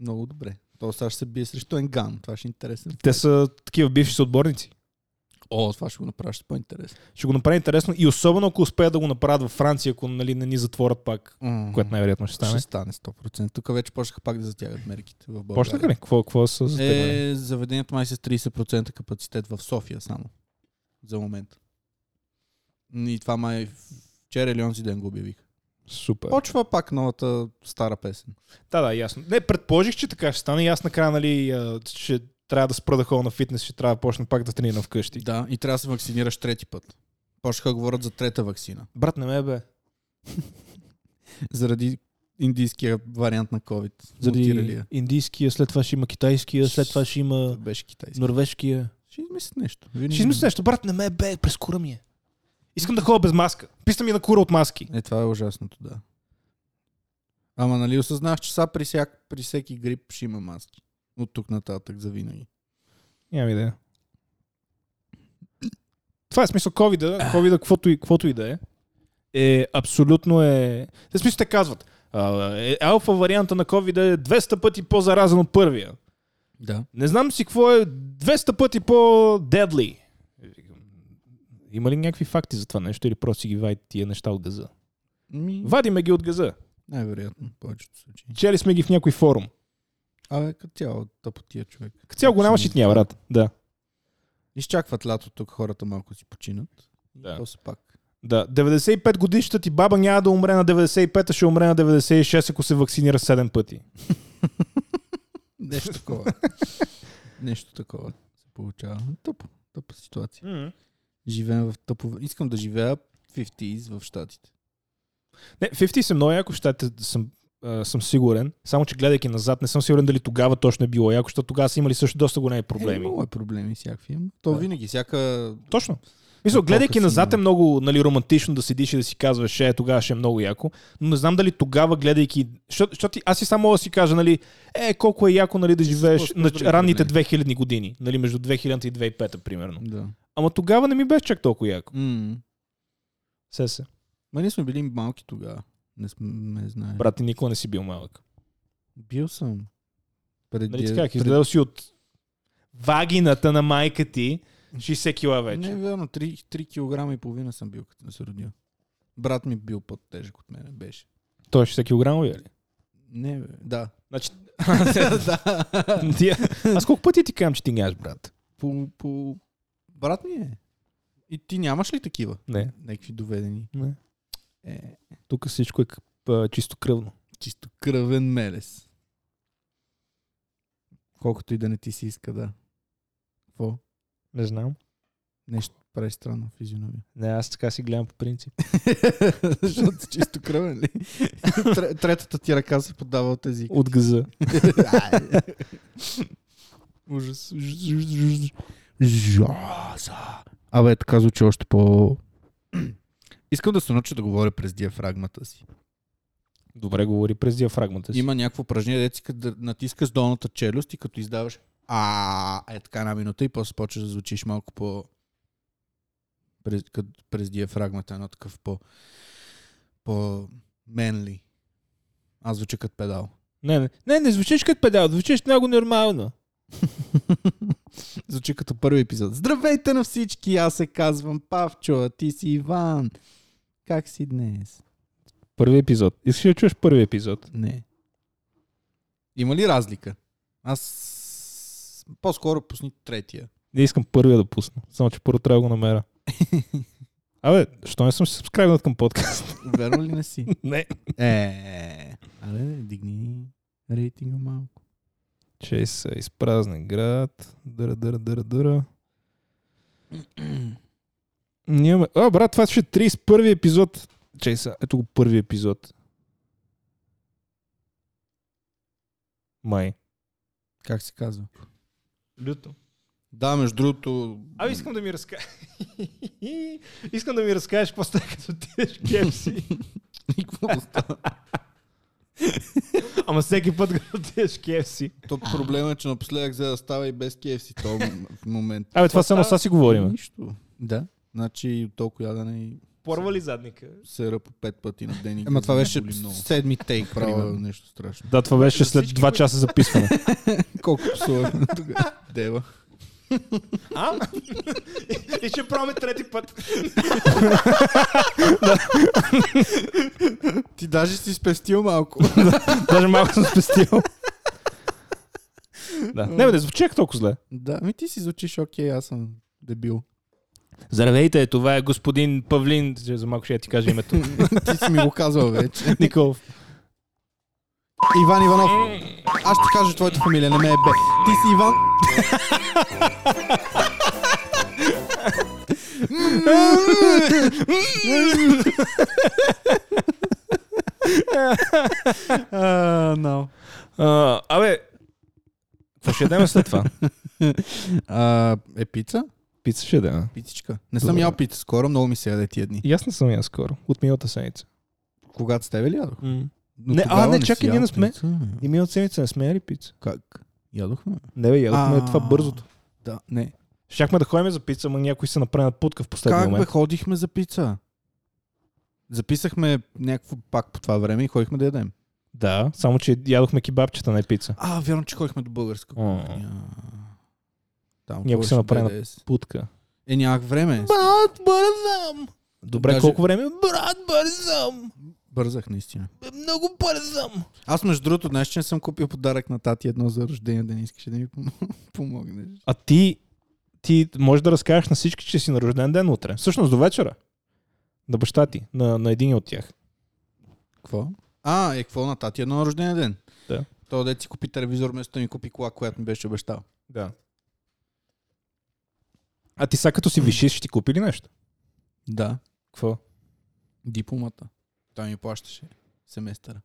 Много добре. То сега ще се бие срещу Енган. Това ще е интересен.
Те са такива бивши съотборници.
О, това ще го направиш по-интересно.
Ще го направи интересно и особено ако успеят да го направят във Франция, ако нали, не ни затворят пак, което най-вероятно ще
Ще
стане.
стане 100%. Тук вече почнаха пак да затягат мерките в България.
Почнаха ли? Какво, какво са за е...
Е, заведението май с 30% капацитет в София само. За момент. И това май вчера или онзи ден го обявих.
Супер.
Почва пак новата стара песен.
Да, да, ясно. Не, предположих, че така ще стане и аз накрая, нали, а, ще трябва да спра да ходя на фитнес, ще трябва да почна пак да тренирам вкъщи.
Да, и трябва да се вакцинираш трети път. Почнаха да говорят за трета вакцина.
Брат, не ме бе.
Заради индийския вариант на COVID. Мутирали
Заради
я.
индийския, след това ще има китайския, след това ще има
Беше китайски.
норвежкия.
Ще измислят нещо. Винаги
Ще измисля нещо, брат, не ме бе, през кура ми е. Искам да ходя без маска. Писа ми на кура от маски.
Е, това е ужасното, да. Ама нали осъзнах, че са при, всяк, при всеки грип ще има маски. От тук нататък за винаги.
Нямам идея. Това е смисъл COVID-а. COVID-а, каквото и, каквото и да е, е абсолютно е... В смисъл те казват, а, е, алфа варианта на COVID е 200 пъти по-заразен от първия.
Да.
Не знам си какво е 200 пъти по-дедли. Има ли някакви факти за това нещо или просто си ги вади тия неща от газа?
Ми,
Вадиме ги от газа.
най-вероятно, в повечето случаи.
Чели сме ги в някой форум.
Абе, като цяло, тъпотия човек.
Като цяло го няма шитния, брат. Да.
Изчакват лято тук, хората малко си починат.
Да.
После пак.
Да, 95 годишната ти баба няма да умре на 95, а ще умре на 96, ако се вакцинира 7 пъти.
Нещо такова. Нещо такова се получава. Тъпо. Тъпа ситуация. Живеем в тъпо. Искам да живея 50s в Штатите.
Не, 50 са много яко, в щатите съм, а, съм сигурен. Само, че гледайки назад, не съм сигурен дали тогава точно е било яко, защото тогава са имали също доста големи
Е,
проблеми.
имало е проблеми всякакви. ама То
Да.
винаги, всяка...
Точно. Мисля,
Епоха си
гледайки назад е
има.
много нали, романтично да седиш и да си казваш, е, тогава ще е много яко, но не знам дали тогава гледайки, защото защото аз и само мога да си кажа, нали, е, колко е яко нали, да живееш
Според
на
други
ранните
времена.
2000 години, нали, между 2000 и 2005, примерно.
Да.
Ама тогава не ми беше чак толкова яко.
М.
Се се.
Ма ние сме били малки тогава. Не сме знаели.
Брат, ти никога не си бил малък.
Бил съм. Преди...
Нали ти как?
преди-
Изгледал си от вагината на майка ти 60 кила вече.
Не, вярно, 3, 3 кг и половина съм бил, като съм се родил. Брат ми е бил по-тежък от мене, беше.
Той е 60 килограмови, е ли?
Не, бе. Да.
Значи,
да.
ти- е- аз колко пъти ти казвам, че ти нямаш, брат?
По, по... Брат ми е. И ти нямаш ли такива?
Не.
Някакви доведени.
Не.
Е,
Тук всичко е къп- а, чисто кръвно.
чисто кръвен мелес. Колкото и да не ти се иска, да. Какво?
Не знам.
Нещо прави странно физиономия.
Не, аз така си гледам по принцип.
Защото си чисто кръвен ли? Тре- Третата ти ръка се подава от език.
От газа.
Ужас. Жоза. Абе, така звучи още по... Искам да се науча да говоря през диафрагмата си.
Добре говори през диафрагмата си.
Има някакво упражнение, дето си като да натискаш долната челюст и като издаваш а е така една минута и после почваш да звучиш малко по... През, като, през диафрагмата, едно такъв по... по... менли. Аз звуча като педал.
Не, не, не, не звучиш като педал, звучиш много нормално.
Звучи като първи епизод. Здравейте на всички, аз се казвам Павчо, а ти си Иван. Как си днес?
Първи епизод. Искаш ли да чуеш първи епизод?
Не. Има ли разлика? Аз по-скоро пусни третия.
Не искам първия да пусна. Само, че първо трябва да го намеря. Абе, що не съм се субскрайбнат към подкаст?
Верно ли не си?
не.
Е, але дигни рейтинга малко.
Че са изпразнен град. Дъра, дъра, дъра, дъра. Няма. А, брат, това ще е 31 епизод. Чей са, ето го първи епизод. Май.
Как се казва?
Люто.
Да, между другото...
А, искам да ми разкажеш. искам да ми разкажеш какво става като отидеш в KFC.
Никво остава.
Ама всеки път като отидеш в KFC.
То проблема е, че напоследък за да става и без KFC то м- в момент.
Абе, това само са си говорим.
Е, Нищо. Да. Значи толкова ядане и
Порва ли задника?
сера по пет пъти на ден. Ама това беше седми тейк, право нещо страшно.
Да, това беше след 2 часа записване.
Колко псувахме тогава? Дева.
А? И ще пробваме трети път.
Ти даже си спестил малко.
Даже малко съм спестил. Да. Не, бе, не звучи чак толкова зле.
да, ми ти си звучиш окей, аз съм дебил.
Здравейте, това е господин Павлин. Че За малко ще я ти кажа името.
ти си ми го казал вече.
Николов.
Иван Иванов. Аз ще кажа твоята фамилия, не ме е бе. Ти си Иван. А, no.
А, абе, какво ще ядем след това?
А, е пица?
Пица ще ядем.
Пицичка. Не съм
Добре.
ял пица скоро, много ми се яде тия дни.
И аз не съм я скоро. От миналата седмица.
Когато с тебе ли ядох? Но
Не, а,
тогава
не,
си
чакай,
ял
ние не сме.
пица, бе.
И миналата седмица не сме яли пица.
Как? Ядохме?
Не бе, ядохме
А.
това бързото.
Да, не.
Щяхме да ходим за пица, но някой се направи на путка в последния
Как бе,
момент.
ходихме за пица? Записахме някакво пак по това време и ходихме да ядем.
Да, само че ядохме кебабчета, не пица.
А, вярно, че ходихме до българска
М.
кухня. Там
Някой се
ходеше
направи на-
БДС.
Путка.
Е, нямах време.
Брат, бързам! Добре,
Даже-
колко време? Брат, бързам!
Бързах, наистина.
Много бързам!
Аз, между другото, знаеш, че не съм купил подарък на тати едно за рождение, да не искаш да ми пом- помогнеш.
А ти, ти можеш да разкажеш на всички, че си на рожден ден утре. Всъщност до вечера. На баща ти, на, на един от тях.
Какво? А, е, какво на тати едно на рождения ден?
Да.
То да си купи телевизор, вместо да ми купи кола, която ми беше обещал.
Да. А ти сега като си вишиш, ще ти купи ли нещо?
Да.
Какво?
Дипломата. Той ми плащаше семестъра.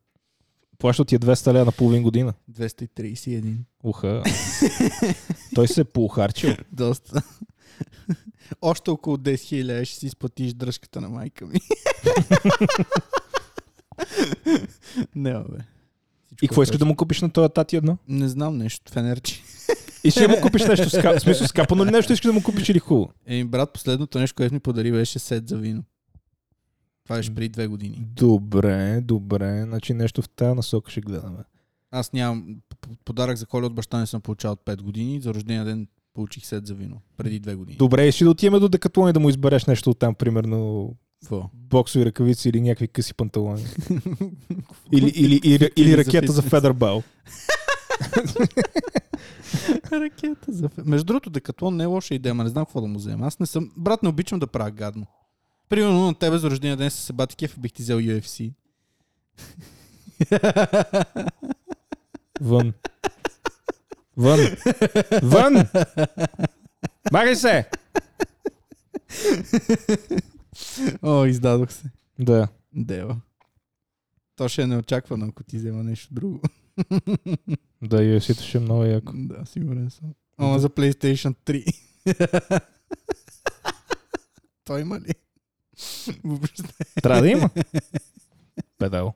Плаща ти е 200 лева на половин година.
231.
Уха. Той се е поухарчил.
Доста. Още около 10 000 ще си изплатиш дръжката на майка ми. Не, бе. е
И какво искаш да му купиш на този тати едно?
Не знам нещо, фенерче.
И ще му купиш нещо. ска- В смисъл, скапано ли нещо искаш да му купиш или хубаво?
Еми, брат, последното нещо, което ми подари, беше сет за вино. Това беше преди две години.
Добре, добре. Значи нещо в тази насока ще гледаме.
Аз нямам п- п- подарък за коля от баща не съм получавал от 5 години. За рождения ден получих сет за вино. Преди две години.
Добре, и ще да отиваме до Декатлон и да му избереш нещо от там, примерно
Какво?
боксови ръкавици или някакви къси панталони. или, или, или, или
за
ракета за
фитнес.
федербал.
Ракета за фе... Между другото, Декатлон не е лоша идея, ма не знам какво да му взема. Аз не съм... Брат, не обичам да правя гадно. Примерно на тебе за рождения ден с Себати Кеф бих ти взел UFC.
Вън. Вън. Вън! Махай се!
О, издадох се.
Да.
Дева. То ще е неочаквано, ако ти взема нещо друго.
Да, UFC-то ще е много яко.
да, сигурен съм. Ама за PlayStation 3. Той има ли? Въобще.
Трябва да има. Педал.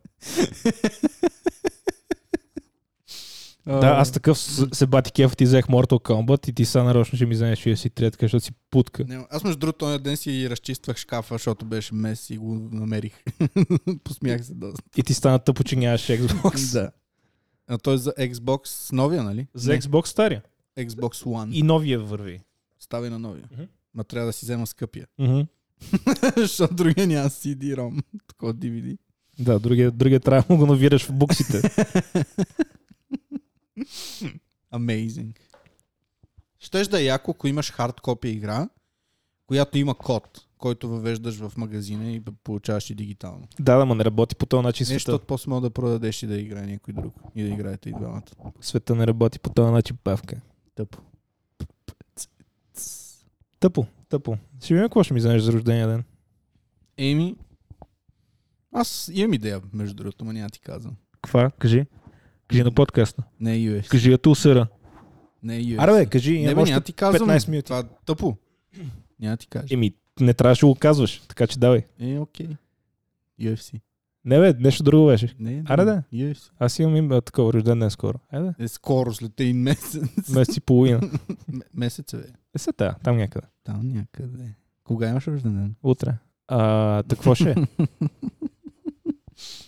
Да, аз такъв с- се бати кеф, ти взех Mortal Kombat и ти са нарочно ще ми вземеш UFC 3, така, защото си путка.
Не, аз между другото, този ден си разчиствах шкафа, защото беше мес и го намерих. Посмях се доста.
И ти стана тъпо, че нямаш Xbox.
Да. А той е за Xbox с новия, нали?
За Xbox стария.
Не, Xbox One. И...
И новия върви.
Става и на новия.
Мгм.
Ма трябва да си взема скъпия.
Мгм.
Защото другия няма CD-ROM. Такова DVD.
Да, другия, другия трябва да му го навираш в буксите.
Amazing. Щеш да е яко, ако имаш хард копия игра, която има код, който въвеждаш в магазина и получаваш и дигитално.
да, да, ма не работи по този начин.
Нещо
Света,
от после мога да продадеш и да играе някой друг. И да играете и двамата.
света не работи по този начин, павка.
Тъпо.
Тъпо, тъпо. Ще видим какво ще ми вземеш за рождения ден.
Еми, аз имам идея, между другото, но няма ти казвам.
Каква? Кажи. Кажи на подкаста.
Не е UFC.
Кажи я тулсера.
Не е UFC.
Аре, бе, кажи.
не,
Не,
бе,
още...
няма ти казвам.
15 минути.
Това е тъпо. Няма ти кажа.
Еми, не трябваше да го казваш, така че давай.
Е, окей. UFC.
Не бе, нещо друго беше.
Не, е
Аре,
друго.
да.
UFC.
Аз имам им, а, такова рожден ден скоро. Айде,
Е, скоро, след един месец.
месец и половина.
М- месец е, бе.
Е, се тая, там някъде.
Там някъде. Кога имаш рожден ден?
Утре. А, так какво ще е?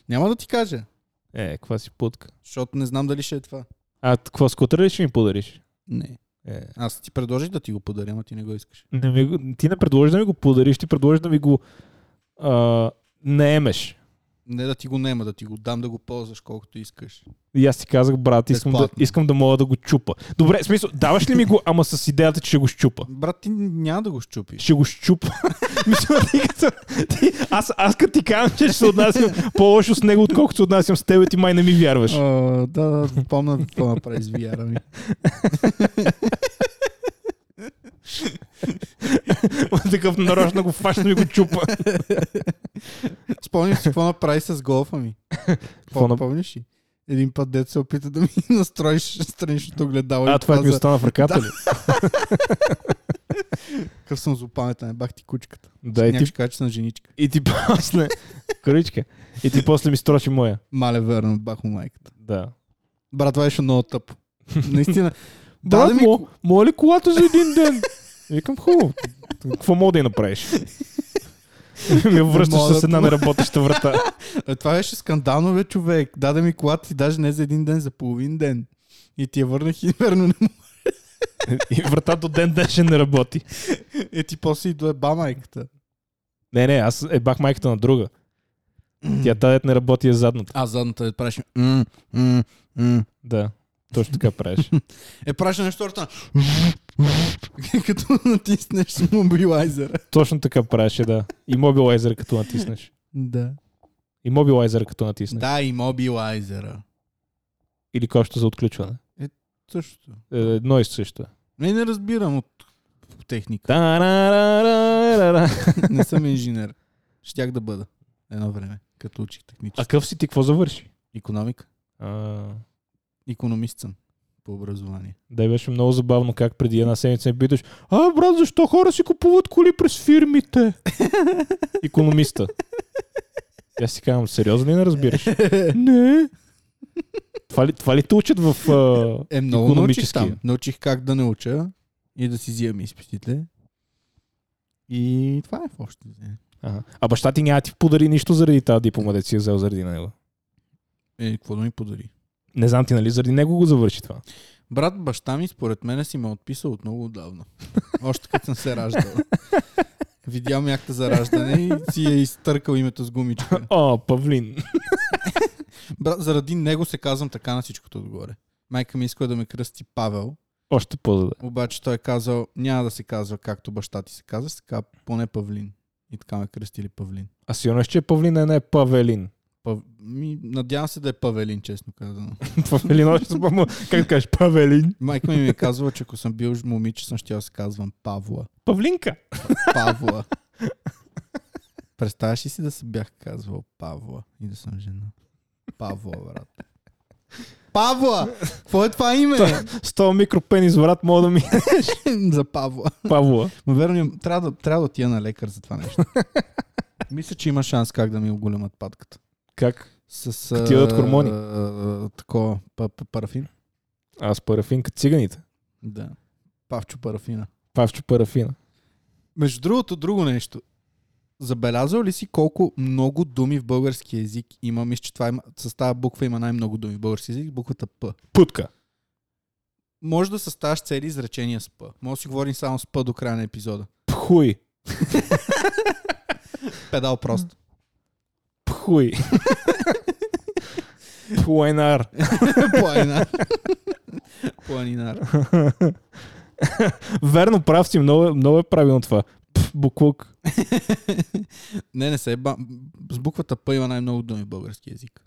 Няма да ти кажа,
Е, каква си путка.
защото не знам дали ще е това.
А, какво скутер ли ще ми подариш?
Не.
Е.
Аз ти предложих да ти го подаря, ама ти не го искаш.
Не ми, го- ти не предложи да ми го подариш, ти предложи да ми го а, наемеш.
Не да ти го нема, да ти го дам да го ползваш колкото искаш.
И аз ти казах, брат, искам да,
Безплатно.
искам да мога да го чупа. Добре, в смисъл, даваш ли ми го, ама с идеята, че ще го щупа?
Брат, ти няма да го щупиш.
Ще го щупа. Мисля, ти като, ти, аз, аз като ти казвам, че ще се отнасям по-лошо с него, отколкото се отнасям с теб, ти май не ми вярваш.
О, да, да, помня какво направи с ами. VR ми.
Такъв нарочно го фащам и го чупа.
Спомням си какво направи с голфа ми.
Какво
Какво
на-
помниш ли? Един път дет се опита да ми настроиш страничното гледало.
А,
и
това е ми
каза,
остана в ръката ли?
Какъв съм злопаметен, бах ти кучката.
Да,
Е,
и ти,
ти... кажа, че съм женичка.
и ти после... Кръчка. И ти после ми строчи моя.
Мале верно, бах му майката.
Да.
Брат, това беше много тъпо. Наистина.
Брат, да,
Даде ми...
мо, моля ли колата за един ден? Викам, хубаво. Какво мога да я направиш? Ми я връщаш
мога да
с една
помогна.
неработеща врата.
Е, Това беше скандално, бе, човек. Даде ми колата и даже не за един ден, за половин ден. И ти я върнах и верно не му.
И врата до ден днешен не работи.
Е, ти после и доеба майката.
Не, не, аз е бах майката на друга. Тя тази не работи е задната.
А задната е правиш. м, м, м.
Да. Точно така правиш.
Е, правиш нещо орта. Като натиснеш мобилайзера.
Точно така правиш, е, да. И мобилайзър като натиснеш.
Да.
И мобилайзър като натиснеш.
Да, и мобилайзера.
Или копчето за отключване.
Също.
Е, Едно и също. е.
Не, не разбирам от техника.
Та-ра-ра-ра-ра-ра.
Не съм инженер. Щях да бъда едно време, като учих технически.
А къв си ти, какво завърши?
Економика.
А,
Економист съм по образование.
Да, и беше много забавно как преди една седмица ми питаш, а брат, защо хора си купуват коли през фирмите? Економиста. И Аз си казвам, сериозно ли не разбираш? не. Това ли, това ли те учат в... А...
Е, много научих
Икономически.
там. Научих как да не уча и да си взимам изпитите. И това е в още. взето.
Ага. А баща ти няма да ти подари нищо заради тази диплома, да си я взел заради него.
Е, какво да ми подари?
Не знам ти, нали, заради него го завърши това.
Брат, баща ми според мен си ме отписал от много отдавна. Още като съм се раждал. Видял ми акта за раждане и си е изтъркал името с гумичка.
О, Павлин.
Брат, заради него се казвам така на всичкото отгоре. Майка ми иска да ме кръсти Павел,
Още по-зле.
обаче той е казал, няма да се казва както баща ти се казва, ще се казва поне Павлин. И така ме кръстили Павлин.
А сигурно ще е Павлин, а не е Павелин.
Пав... Ми, надявам се да е Павелин, честно казано.
Павелин още се помня. Как да кажеш? Павелин.
Майка ми ми е казвала, че ако съм бил момиче, съм ще да се казвам Павла.
Павлинка.
Павла. Представяш ли си да се бях казвал Павла и да съм жена? Павла, брат. Павла! Какво е това име?
С този микропенис, брат, мога да ми...
За Павла.
Павла.
Ма верно, им- трябва да, трябва да отида на лекар за това нещо. Мисля, че има шанс как да ми оголемат патката.
Как?
С
Като ти дадат хормони.
а, а, такова, па- па- парафин.
Аз парафинка циганите.
Да. Павчо парафина.
Павчо парафина.
Между другото, друго нещо. Забелязал ли си колко много думи в български язик има? Мисля, че това има, с тази буква има най-много думи в български язик, буквата П.
Путка.
Може да съставаш цели изречения с П. Може да си говорим само с П до края на епизода.
Пхуй.
Педал просто.
Пхуй. Пуенар.
Планинар. Планинар.
Верно, прав си. Много, е- много е правилно това. Пф, буклук.
Не, не се ба. С буквата П има най-много думи в български язик.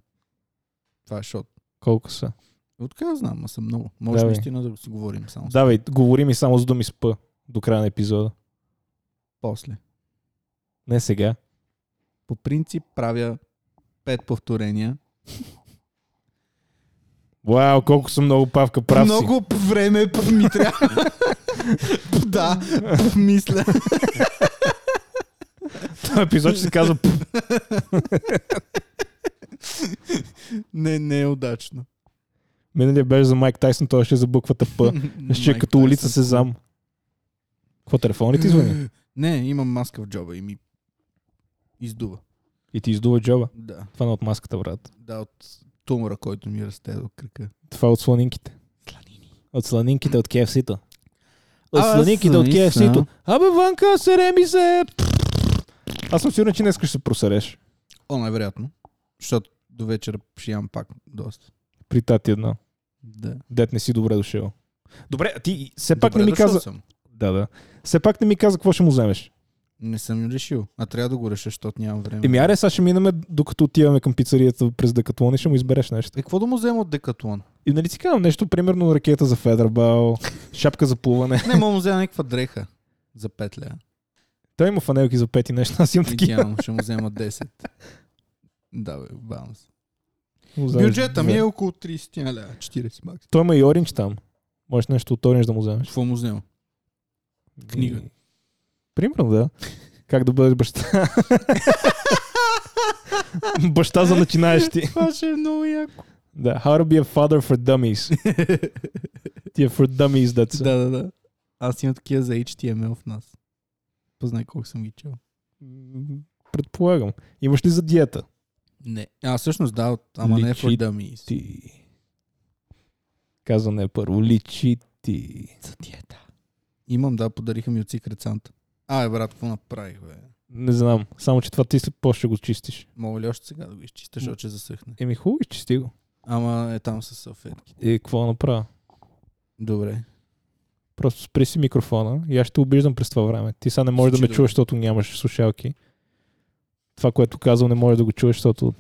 Това е шот.
Колко са?
Откъде знам, а съм много. Може
Давай.
наистина да си говорим само с
Давай, говори ми само с думи с П до края на епизода.
после.
Не сега.
По принцип правя пет повторения
Вау, колко съм много павка, прав си.
Много п- време п- ми трябва. П- да, п- мисля.
Този епизод ще се казва «Пф».
Не, не е удачно.
Миналия беше за Майк Тайсън, той ще е за буквата П. Ще е
Майк
като улица
Тайсън.
Сезам. Какво телефон ли ти звъни?
Не, имам маска в джоба и ми издува.
И ти издува джоба.
Да,
Това не е от маската, брат.
да, от тумора, който ми расте до кръка.
Това е от сланинките. От сланинките от KFC-то. От
Аз
сланинките от
наистина.
KFC-то. Абе, Ванка, сереми се! Аз съм сигурен, че днес ще се просереш.
О, най-вероятно. Защото до вечера ще ям пак доста.
При тати едно.
Да.
Дет не си добре дошъл. Добре, а ти все Е, пак
Добре
не ми
дошъл
каза...
Съм.
Да, да. Все пак не ми каза какво ще му вземеш.
Не съм решил, а трябва да го реша, защото нямам време.
Еми, аре, сега ще минаме, докато отиваме към пицарията през Декатлон и ще му избереш нещо.
Е, какво да му взема от Декатлон?
И нали си казвам нещо, примерно ракета за федербал, шапка за плуване.
Не, мога да му взема някаква дреха за петля.
Той има фанелки за пети неща, аз имам такива.
Идеално, ще му взема 10. Да, бе, баунс.
вземеш.
Бюджета ми е около 30 ля, 40 макс.
Той има и оринч там. Можеш нещо от оринч да му вземеш.
Значи, Какво му взема? Книга.
И- Примерно, да. Как да бъдеш баща. баща за начинаещи.
Това ще е много яко.
Да. How to be a father for dummies. Тия for dummies деца.
да, да, да. Аз имам такива за HTML в нас. Познай колко съм ги чел.
М, Предполагам. Имаш ли за диета?
Не. А, всъщност да, от- ама не е for
Личи-
dummies.
Ти. Каза не първо. Личи ти.
За диета. Имам, да, подариха ми от Secret Santa. Ай, брат, какво направих, бе?
Не знам. Само, че това ти след после ще го чистиш.
Мога ли още сега да го изчистя, защото ще засъхне?
Еми, хубаво, изчисти го.
Ама е там с салфетки.
И какво да направя?
Добре.
Просто спри си микрофона и аз ще те обиждам през това време. Ти сега не можеш да
Звучи
ме
добре.
чуеш, защото нямаш слушалки. Това, което казвам, не можеш да го чуеш, защото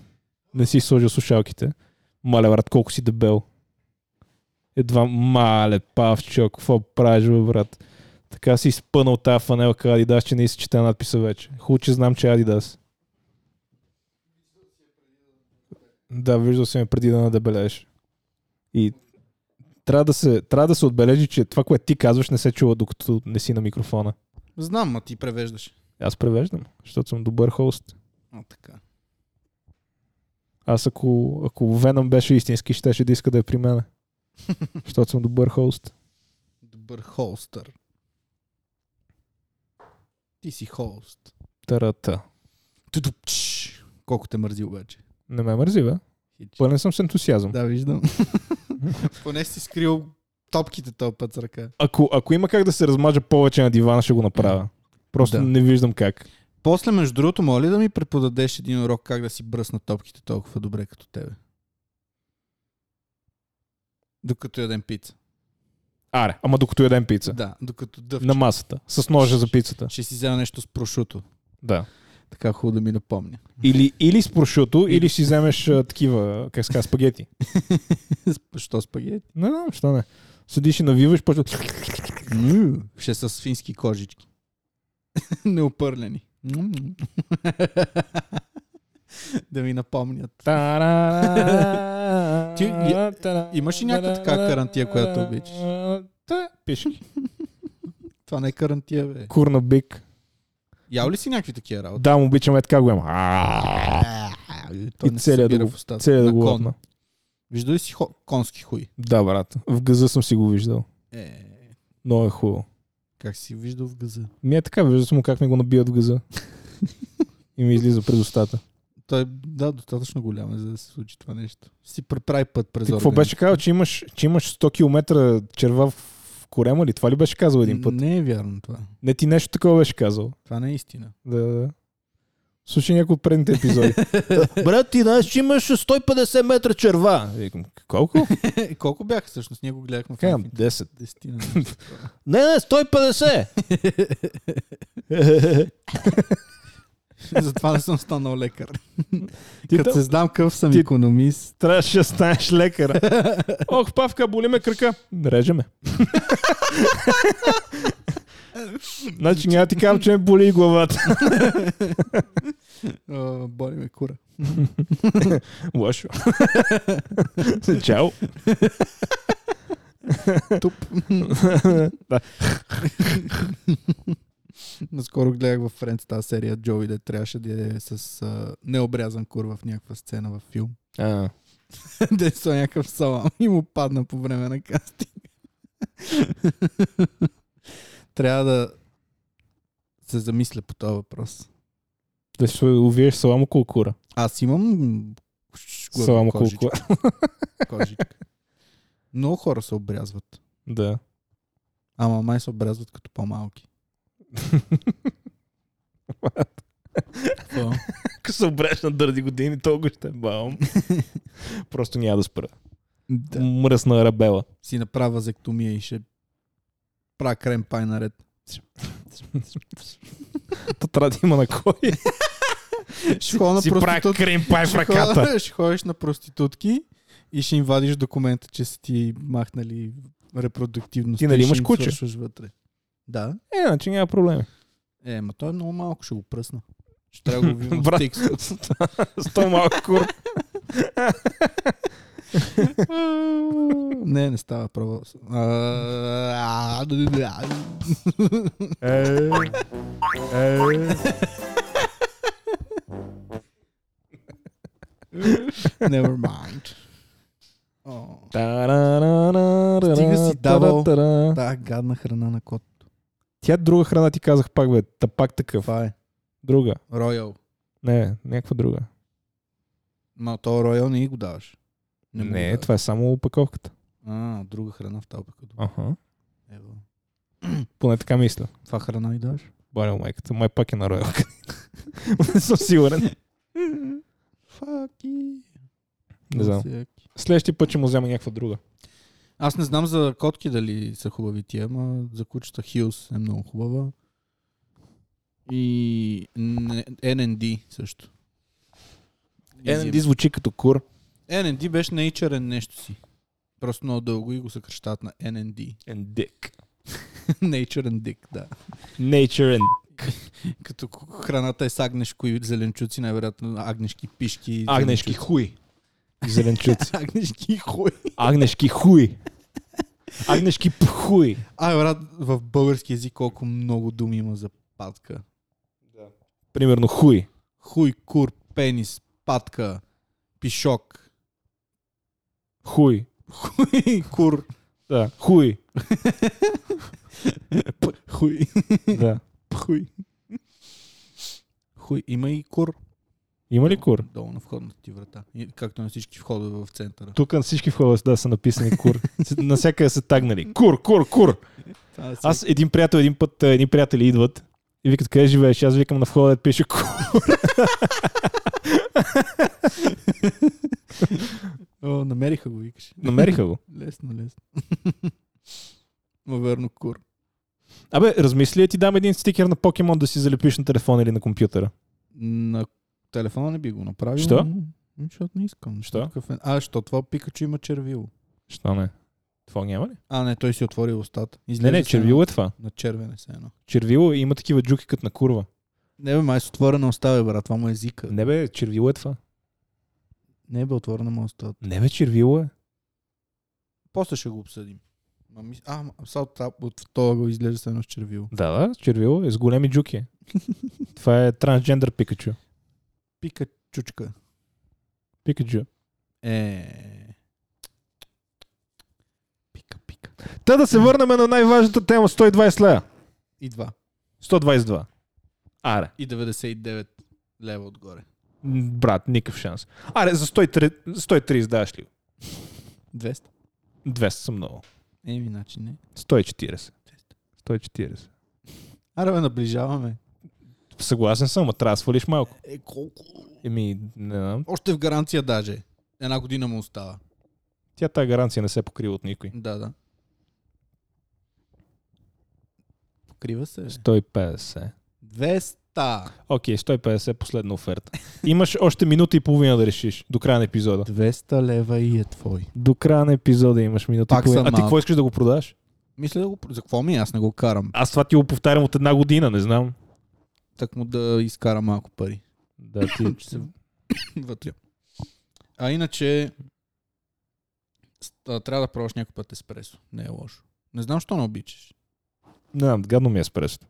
не си сложил слушалките. Мале, брат, колко си дебел. Едва, мале, павчо, какво правиш, бе, брат? Така си спънал тази фанелка Адидас, че не си чета надписа вече. Хубаво, че знам, че е Адидас. Да, виждал съм я преди да надебелееш. И трябва да, се, трябва да се отбележи, че това, което ти казваш, не се чува, докато не си на микрофона.
Знам, а ти превеждаш.
Аз превеждам, защото съм добър хост.
А, така.
Аз ако, ако Веном беше истински, щеше да иска да е при мене. защото съм добър хост.
Добър холстър. Ти си холст.
Тарата.
Тудупч. Колко те мързи обаче.
Не ме мързи, бе. Пълен съм с ентусиазъм.
Да, виждам. Поне си скрил топките този път с ръка.
Ако, ако има как да се размажа повече на дивана, ще го направя. Просто
Да.
да. не виждам как.
После, между другото, моля ли да ми преподадеш един урок как да си бръсна топките толкова добре като тебе? Докато ядем пица.
Аре, ама докато ядем пица.
Да, докато дъвче.
На масата. С ножа за пицата.
Ще си взема нещо с прошуто.
Да.
Така хубаво да ми напомня.
Или, или с прошуто, или си вземеш а, такива, как се казва, спагети.
Що спагети?
Не знам, що не. Седиш и навиваш, почва...
Му, Е, Ще са с фински кожички. Неопърлени. Му. да ми напомнят. Ти я- имаш ли някаква така карантия, която обичаш?
Та, пише.
Това не е карантия, бе.
Курна бик.
Ял ли си някакви такива работи?
Да, му обичам е така го имам.
То
И
не се
целият
събира
да
в
го,
устата.
целият да
На
го
кон.
лапна.
Вижда ли си хо... конски хуй?
Да, брат. В газа съм си го виждал.
Е,
Много е хубаво.
как си виждал в газа?
Ми е така, виждал съм му как ми го набият в газа. И ми излиза през устата.
Той да, достатъчно голям е, за да се случи това нещо. Си преправи път през
Ти какво беше казал, че имаш, че имаш 100 км черва в корема ли? Това ли беше казал един път?
Не е вярно това.
Не ти нещо такова беше казал.
Това не е истина.
Да, да. Слушай някои от предните епизоди. Брат, ти знаеш, че имаш 150 метра черва. Викам, колко?
Е, Колко бяха всъщност? Ние го гледахме в
Казвам,
Кам?
10.
Десетина.
Не, не, 150.
Затова не съм станал лекар.
Ти
Като
там-
се знам къв съм
ти-
економист.
Трябваше да станеш лекар. Ох, павка, боли ме кръка. Режеме. значи няма ти казвам, че ме боли и главата.
А, Боли ме кура.
Лошо. Чао.
Туп. Наскоро гледах във Френц тази серия Джови, да трябваше да е с а, необрязан кур в някаква сцена във филм.
А,
Де са някакъв салам и му падна по време на кастинг. Трябва да се замисля по този въпрос.
да си увиеш салам около кура.
Аз имам шкура,
Салам около
кожичка,
кура.
кожичка. Много хора се обрязват.
Да.
Ама май се обрязват като по-малки. Какво?
Ако се обреш на дърди години, толкова ще бавам. Просто няма да спра.
да.
Мръсна арабела.
Си направя вазектомия и ще правя крем пай наред.
То трябва да има на кой.
Ще ходя на
си прави
проститут-
крем пай в
Ще
ръката.
ходиш- Ще ходиш на проститутки и ще им вадиш документа, че са ти махнали репродуктивност.
Ти нали имаш куче?
вътре. Да.
Е, значи няма проблеми.
Е, ма той е много малко, ще го пръсна. Ще трябва да го видим
Брат.
в текст.
Сто малко кур.
не, не става право. А, а, а,
Е, е.
Never mind. О,
Та-ра-ра-ра-ра-ра,
Стига си давал.
та-ра-та-ра.
Та гадна храна на кот.
Тя друга храна ти казах пак, бе. Та пак такъв.
Това е.
Друга.
Роял.
Не, някаква друга.
Ма то Роял не й го даваш.
Не,
му
не
даваш.
това е само опаковката.
А, друга храна в е тапъка.
Аха.
Ево.
Поне така мисля.
Това храна и даваш?
Барел майката. Май пак е на Роял. не съм сигурен.
Факи.
Не знам. Следващия път ще му взема някаква друга.
Аз не знам за котки дали са хубави тия, ма за кучета Хилс е много хубава. И не- NND също.
NND звучи като кур.
NND беше nature нещо си. Просто много дълго и го съкръщават на NND.
And dick.
nature and Dick, да.
Nature and...
Като к- храната е с агнешко и зеленчуци, най-вероятно агнешки пишки. и
Агнешки
зеленчуци.
хуй. И Зеленчуци.
Агнешки хуй.
Агнешки хуй. Агнешки пхуй.
Ай, брат, в български язик колко много думи има за патка.
Примерно хуй.
Хуй, кур, пенис, патка, пишок,
Хуй.
хуй, кур,
Да. Хуй.
п, хуй,
Да.
хуй. Хуй, има и кур.
Има ли кур?
Долу на входната ти врата. И, както на всички входове в центъра.
Тук на всички входове да, са написани кур. Насякъде са тагнали. Кур, кур, кур. Аз един приятел, един път, а, едни приятели идват и викат, къде живееш? Аз викам на входа, да пише кур.
О, намериха го, викаш.
Намериха го.
Лесно, лесно. Ма верно, кур.
Абе, размисли да ти дам един стикер на покемон да си залепиш на телефона или на компютъра.
На телефона не би го направил.
Що?
но- ами, Защото не искам.
Що?
Такъв е- А, защото това Пикачу има червило.
Що не? Това няма ли?
А, не, той си отвори устата.
Не,
Излезе
не,
с едно-
червило е това.
На червене се едно.
Червило е, има такива джуки като на курва.
Не бе, май с отворена оставя, брат, това му е езика.
Не бе, червило е това.
Не е бе, отворена му остава.
Не бе, червило е.
После ще го обсъдим. Ма, мис... А, ма, са от, та- от това го изглежда с едно с червило.
Да, да, червило е с големи джуки. е. това е трансджендър Пикачу.
Пика чучка.
Пикачу.
Е... Пика, пика.
Та да се върнем на най-важната тема 120 лева.
И два.
122. Аре.
И 99 лева отгоре.
М, Брат, никакъв шанс. Аре, за 103 130 даваш ли?
200.
200 съм много.
Еми, значи не.
140. 140.
Аре, бе, наближаваме.
Съгласен съм, а трябва да свалиш малко.
Е, колко?
Еми, не знам.
Още в гаранция даже. Една година му остава.
Тя тази гаранция не се покрива от никой.
Да, да. Покрива се. бе.
150.
200.
Окей, 150 последна оферта. Имаш още минута и половина да решиш до края на епизода.
200 лева и е твой.
До края на епизода имаш минута
Пак
и половина.
съм
А ти
малко.
какво искаш да го продаш?
Мисля да го... За какво ми? е? Аз не го карам.
Аз това ти го повтарям от една година, не знам.
Так му да изкара малко пари.
Да, ти...
Ще се вътре. А иначе... с- а, Трябва да пробваш някой път еспресо. Не е лошо. Не знам, що не обичаш.
не знам, гадно ми е спресто.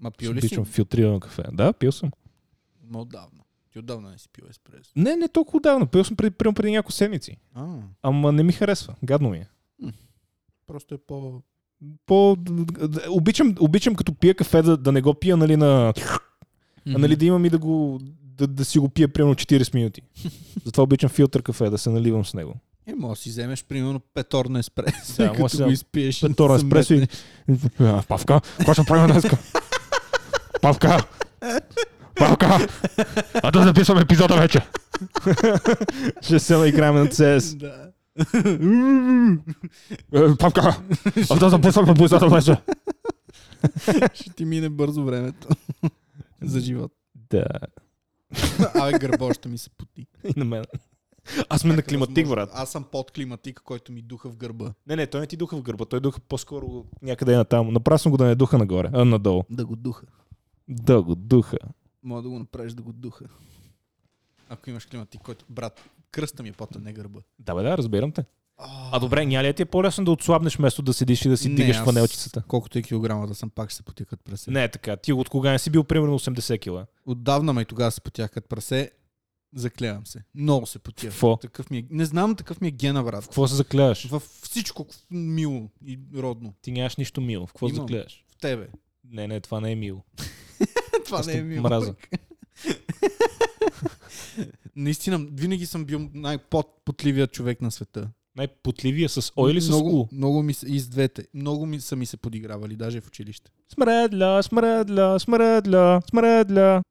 Ма пил ли си?
Обичам филтрирано кафе. Да, пил съм.
Ма отдавна. Ти отдавна не си пил еспресо.
Не, не толкова давно. Пил съм преди, прямо преди няколко седмици.
А,
Ама не ми харесва. Гадно ми е.
просто е по...
По... Обичам, обичам като пия кафе да, да не го пия нали, на... А, нали, да имам и да, го, да, да си го пия примерно 40 минути. Затова обичам филтър кафе, да се наливам с него.
Е, може да си вземеш примерно петор на еспресо,
Да,
да,
може
като
да-
го изпиеш.
Петора
се
еспресо и...
метнеш.
А, Павка, какво ще правим днес? Павка! Павка! А да записваме епизода вече! ще се наиграем на CS.
Да.
Е, Павка! А да записваме епизода вече!
Ще ти мине бързо времето. За живот.
Да,
Абе, гърбо ще ми се поти.
и на мен. е Аз сме на климатик, брат.
Аз съм под климатика, който ми духа в гърба.
Не, не, той не ти е духа в гърба, той духа по-скоро някъде на там. Напрасно го да не е духа нагоре, а надолу.
Да го духа.
Да го духа.
Мога да го направиш да го духа. Ако имаш климатик, който, брат, кръста ми е пота, не гърба.
Да, бе, да, разбирам те. А добре, няма ли да ти е по-лесно да отслабнеш вместо да седиш и да си
Не,
дигаш
аз-
фанелчицата?
Колкото и килограма да съм, пак ще се потикат прасе.
Не е така. Ти от кога не си бил примерно 80 кила?
Отдавна ме и тогава се потях като прасе. Заклевам се. Много се потя.
Какво?
Такъв ми е... Не знам, такъв ми е гена, брат.
Какво се заклеваш?
Във всичко мило и родно.
Ти нямаш нищо мило. В Какво се
Имам.
заклеваш?
В тебе.
Не, не, това не е мило.
Това не е мило.
мраза.
Наистина, винаги съм бил най-потливият човек на света.
Най-потливия с О или с
много,
У?
Много ми се, и с двете. Много ми са ми се подигравали, даже в училище.
Смредля, смредля, смредля, смредля.